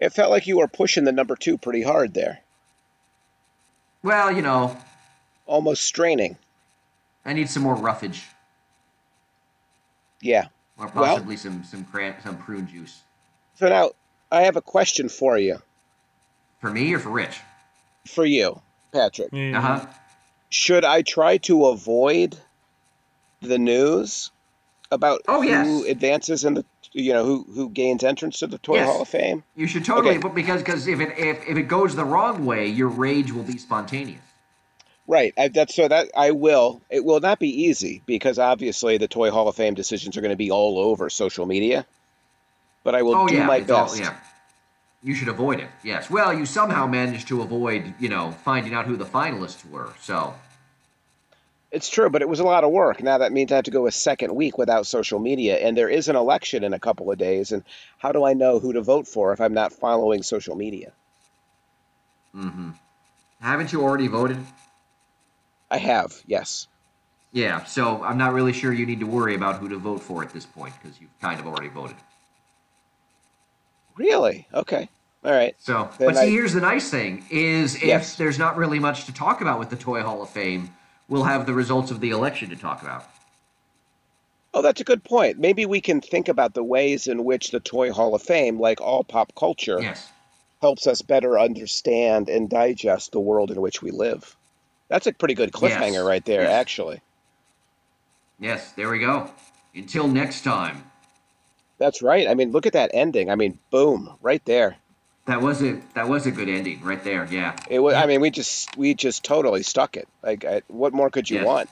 S1: It felt like you were pushing the number two pretty hard there,
S2: Well, you know,
S1: almost straining.
S2: I need some more roughage,
S1: Yeah.
S2: or
S1: Well-
S2: possibly some some cran- some prune juice
S1: So now I have a question for you,
S2: for me or for Rich.
S1: for you, Patrick.
S3: Yeah.
S2: Uh huh.
S1: Should I try to avoid the news about
S2: Oh,
S1: who
S2: yes.
S1: advances in the, you know, who who gains entrance to the Toy
S2: Yes.
S1: Hall of Fame?
S2: You should totally
S1: Okay.
S2: but because because if it if, if it goes the wrong way, your rage will be spontaneous.
S1: Right. I, that's so that I will. It will not be easy because obviously the Toy Hall of Fame decisions are going to be all over social media. But I will
S2: oh
S1: do
S2: yeah,
S1: my
S2: it's all-
S1: best.
S2: yeah. You should avoid it. Yes. Well, you somehow managed to avoid you know finding out who the finalists were. So
S1: It's true, but it was a lot of work. Now that means I have to go a second week without social media, and there is an election in a couple of days. And how do I know who to vote for if I'm not following social media?
S2: hmm haven't you already voted?
S1: I have, yes.
S2: Yeah, so I'm not really sure you need to worry about who to vote for at this point because you've kind of already voted.
S1: Really? Okay. All right.
S2: So,
S1: Then
S2: but see,
S1: I-
S2: here's the nice thing is if
S1: Yes.
S2: there's not really much to talk about with the Toy Hall of Fame, we'll have the results of the election to talk about.
S1: Oh, that's a good point. Maybe we can think about the ways in which the Toy Hall of Fame, like all pop culture,
S2: Yes.
S1: helps us better understand and digest the world in which we live. That's a pretty good cliffhanger
S2: Yes.
S1: right there,
S2: Yes.
S1: actually.
S2: Yes, there we go. Until next time.
S1: That's right. I mean, look at that ending. I mean, boom, right there.
S2: That was a that was a good ending right there. Yeah.
S1: It was. I mean, we just we just totally stuck it. Like, I, what more could you
S2: Yes.
S1: want?